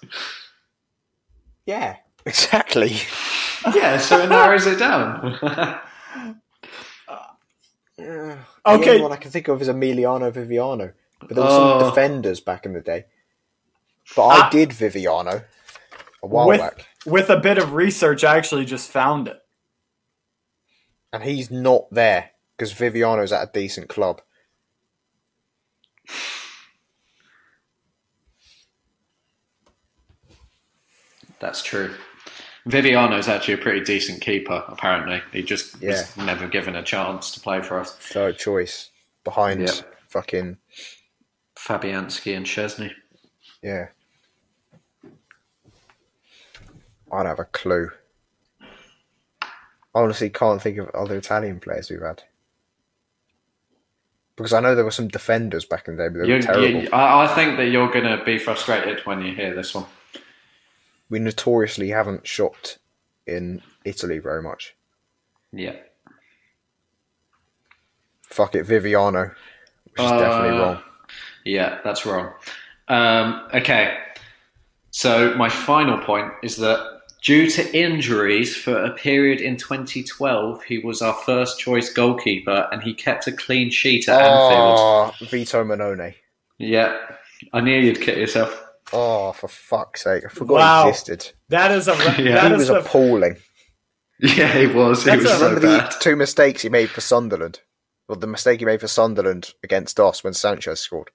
yeah, exactly.
Yeah, so it narrows it down.
Okay.
Okay.
The only one I can think of is Emiliano Viviano, but there were
Oh.
some defenders back in the day. But I
Ah.
did Viviano a while
with
back,
with a bit of research, I actually just found it.
and he's not there because Viviano's at a decent club.
That's true. Viviano's actually a pretty decent keeper, apparently. He just
Yeah.
was never given a chance to play for us.
Third choice behind
Yeah.
fucking
Fabianski and Chesney.
yeah. I don't have a clue. I honestly can't think of other Italian players we've had. Because I know there were some defenders back in the day, but they
You,
were terrible.
you, I, I think that you're going to be frustrated when you hear this one.
we notoriously haven't shot in Italy very much.
Yeah.
Fuck it, Viviano, which is
Uh,
definitely wrong.
Yeah, that's wrong. Um, okay. So, my final point is that due to injuries for a period in 2012, he was our first choice goalkeeper and he kept a clean sheet at Anfield.
Ah, Vito Manone.
Yeah. I knew you'd kit yourself.
Oh, for fuck's sake! I forgot
Wow.
he existed.
That is a
Yeah.
that
He
is
was
the
appalling.
Yeah, he was. He
That's
was
a-
so
Remember the
bad.
two mistakes he made for Sunderland? Well, the mistake he made for Sunderland against us when Sanchez scored,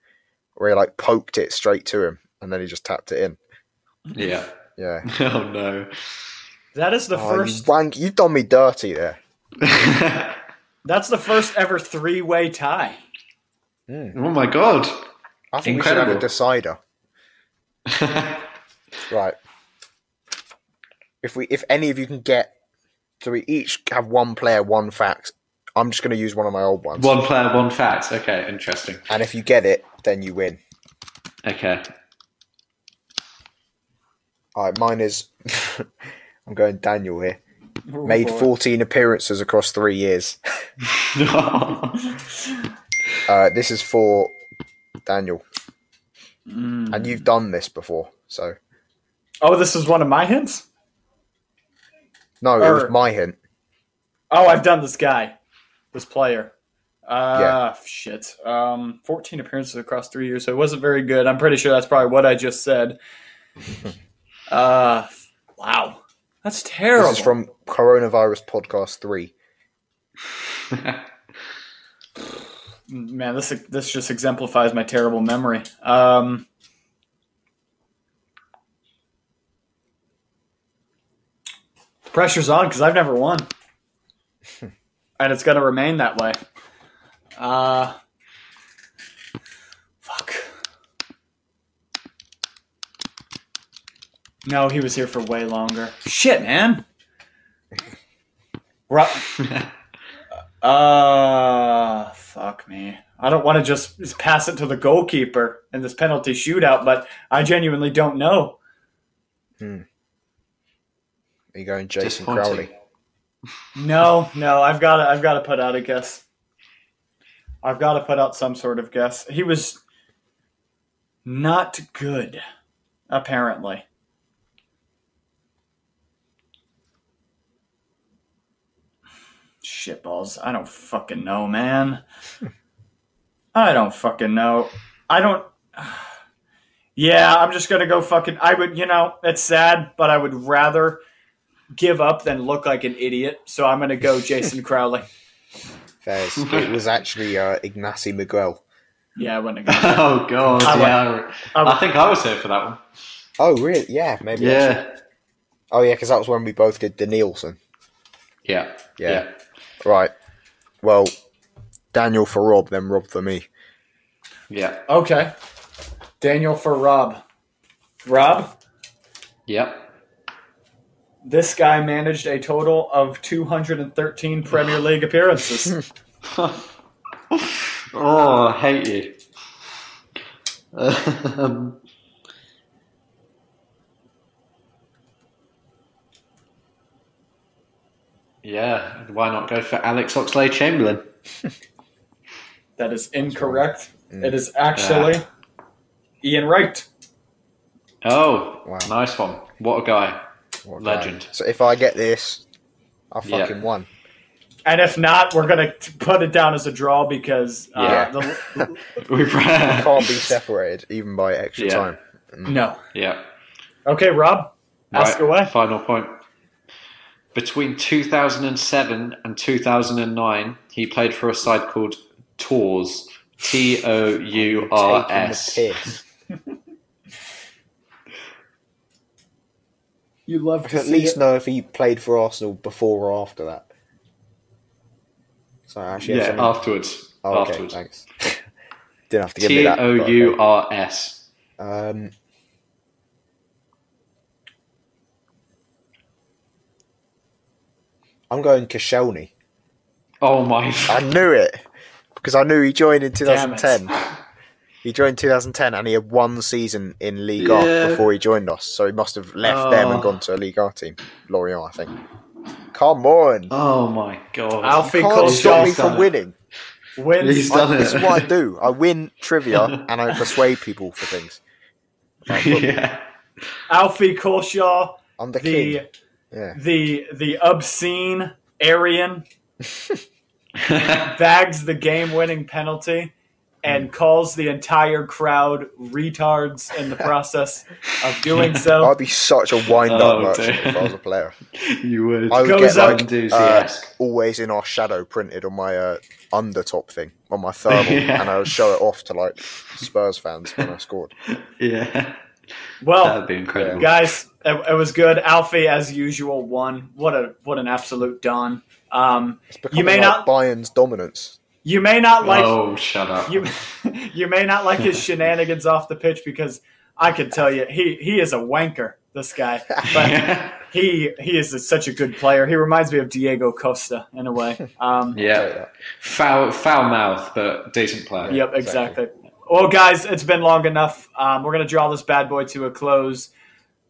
where he like poked it straight to him and then he just tapped it in.
Yeah.
Yeah.
Oh no.
That is the
Oh,
first.
you wank, you've done me dirty there.
That's the first ever three-way tie.
oh my god.
I think we should have
Incredible.
a decider. Right. If we, if any of you can get, so we each have one player, one fact. I'm just going to use one of my old ones,
one player, one fact. Okay, interesting.
and if you get it, then you win.
Okay.
All right, mine is. I'm going Daniel here.
Oh,
Made
boy.
14 appearances across three years. Uh, this is for Daniel,
Mm.
and you've done this before, so
Oh, this is one of my hints.
no, it was
Or-
my hint.
Oh, I've done this guy, this player. Uh, shit. Um, 14 appearances across three years, so it wasn't very good. I'm pretty sure that's probably what I just said. uh, wow. That's terrible.
This is from Coronavirus Podcast Three.
Man, this this just exemplifies my terrible memory. Um, pressure's on because I've never won, and it's going to remain that way. Uh, fuck. No, he was here for way longer. Shit, man. Ru- uh, fuck me. I don't want to just pass it to the goalkeeper in this penalty shootout, but I genuinely don't know.
Are you going Jason Crowley?
No, no, I've got to, I've got to put out a guess. I've got to put out some sort of guess. He was not good, apparently. Shitballs. I don't fucking know, man. I don't fucking know. I don't. Yeah, I'm just gonna go fucking. I would, you know, it's sad, but I would rather give up than look like an idiot. So I'm gonna go Jason Crowley.
Fairs. it was actually uh, Ignacy Miguel.
Yeah, I wouldn't have gone.
oh god.
I
yeah.
I
I
would-
think I was here for that one.
Oh, really? Yeah, maybe. I should-
Yeah.
Oh, yeah, because that was when we both did the Nielsen.
Yeah.
Yeah. Right. Well, Daniel for Rob, then Rob for me.
Yeah.
Okay. Daniel for Rob. Rob,
Yeah.
this guy managed a total of 213 Premier League appearances.
Oh, I hate you. Um, yeah, why not go for Alex Oxley Chamberlain?
that is incorrect. It is actually Ian Wright.
Oh,
Wow.
nice one. What a guy.
What a
Legend.
guy. So if I get this, I
Yeah.
fucking won.
And if not, we're going to put it down as a draw because uh,
Yeah.
the,
We've
Can't be separated even by extra
Yeah.
time.
no.
yeah.
Okay, Rob, ask
Right,
away.
Final point. Between 2007 and 2009, he played for a side called Tours. T O U R
Taking the
S.
piss.
You love
I should at least know if he played for Arsenal before or after that. So I actually, have
Yeah,
something-
afterwards.
Oh, okay,
afterwards.
thanks. Didn't have to give me
T
that. but
O
okay.
U R S.
Um, I'm going Koscielny.
Oh my.
I knew it because I knew he joined in
Damn it.
2010. He joined 2010 and he had one season in Ligue
Yeah.
1 before he joined us. So he must have left them and
Oh.
gone to a Ligue 1 team. Lorient, I think. Come on.
Oh my god.
Alfie
Can't stop me
Kolshoff
He's done
from
it.
winning.
wins.
He's
I,
done it.
this is what I do. I win trivia and I persuade people for things.
yeah.
Alfie Kolshaw,
I'm the,
the
king. Yeah.
the the obscene Aryan bags the game winning penalty and calls the entire crowd retards in the process of doing so.
I'd be such a wind up
Oh,
merchant
dear.
if I was a player.
You would.
I would
Goes
get
up-
like uh,
Enthusiast.
always in our shadow printed on my uh, undertop thing on my thermal,
Yeah.
and I would show it off to like Spurs fans when I scored.
yeah. That
Well,
would be incredible.
guys, it, it was good. Alfie, as usual, won. What a what an absolute don. Um,
It's becoming
may
like
not-
Bayern's dominance.
you may not like
oh, shut up.
you you may not like his shenanigans off the pitch because I could tell you he he is a wanker. This guy, but
yeah.
he he is such a good player. He reminds me of Diego Costa in a way. Um,
Tell you that.
Foul, foul mouth, but decent player.
Yep,
exactly.
exactly. Well, guys, it's been long enough. Um, we're gonna draw this bad boy to a close.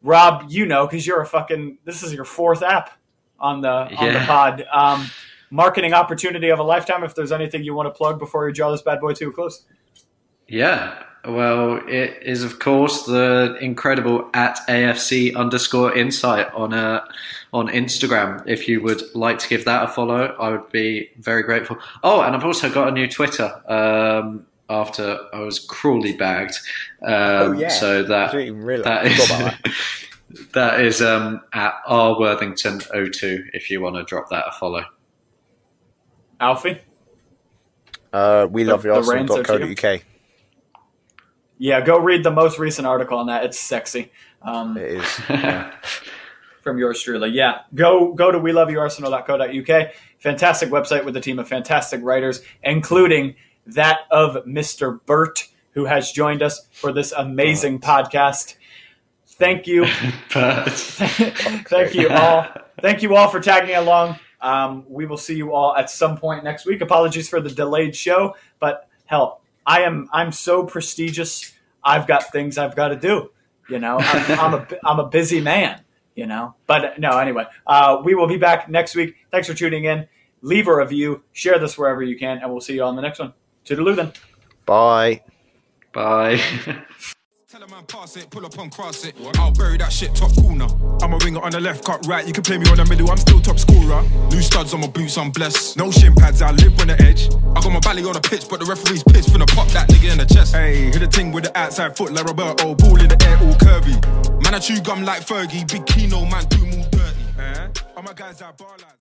Rob, you know, because you're a fucking. This is your fourth app on the on the
Yeah.
pod. Um, marketing opportunity of a lifetime. If there's anything you want to plug before you draw this bad boy to a close,
Yeah. Well, it is of course the incredible at AFC underscore insight on uh, on Instagram. If you would like to give that a follow, I would be very grateful. Oh, and I've also got a new Twitter. Um, after I was cruelly bagged, um,
Oh, yeah.
so
I
that
didn't even realize.
that
I forgot about that.
is that is um, at R Worthington 02 if you want to drop that a follow.
Alfie.
Uh, we
The-
love
the reins are to
Arsenal.co.uk.
Yeah, go read the most recent article on that. It's sexy. Um,
It is.
from yours truly. Yeah, go go to we love you arsenal.co.uk. Fantastic website with a team of fantastic writers, including that of Mr. Burt, who has joined us for this amazing podcast. Thank you,
but
thank you all, thank you all for tagging along. Um, we will see you all at some point next week. Apologies for the delayed show, but hell, I am I'm so prestigious. I've got things I've got to do. You know, I'm, I'm a bu- I'm a busy man. You know, but no. Anyway, uh, we will be back next week. Thanks for tuning in. Leave a review, share this wherever you can, and we'll see you on the next one. Toodaloo then.
Bye.
bye.
Tell a man pass it, pull up on cross it. I'll bury that shit top corner. I'm a winger on the left, cut right. You can play me on the middle, I'm still top scorer. New studs on my boots, I'm blessed. No shin pads, I live on the edge. I got my belly on the pitch, but the referee's pissed finna pop that nigga in the chest. Hey, hit the thing with the outside foot, like Roberto, ball in the air, all curvy. Man, I chew gum like Fergie, big Keno, man, do more dirty. Eh? All my guys are bar lads.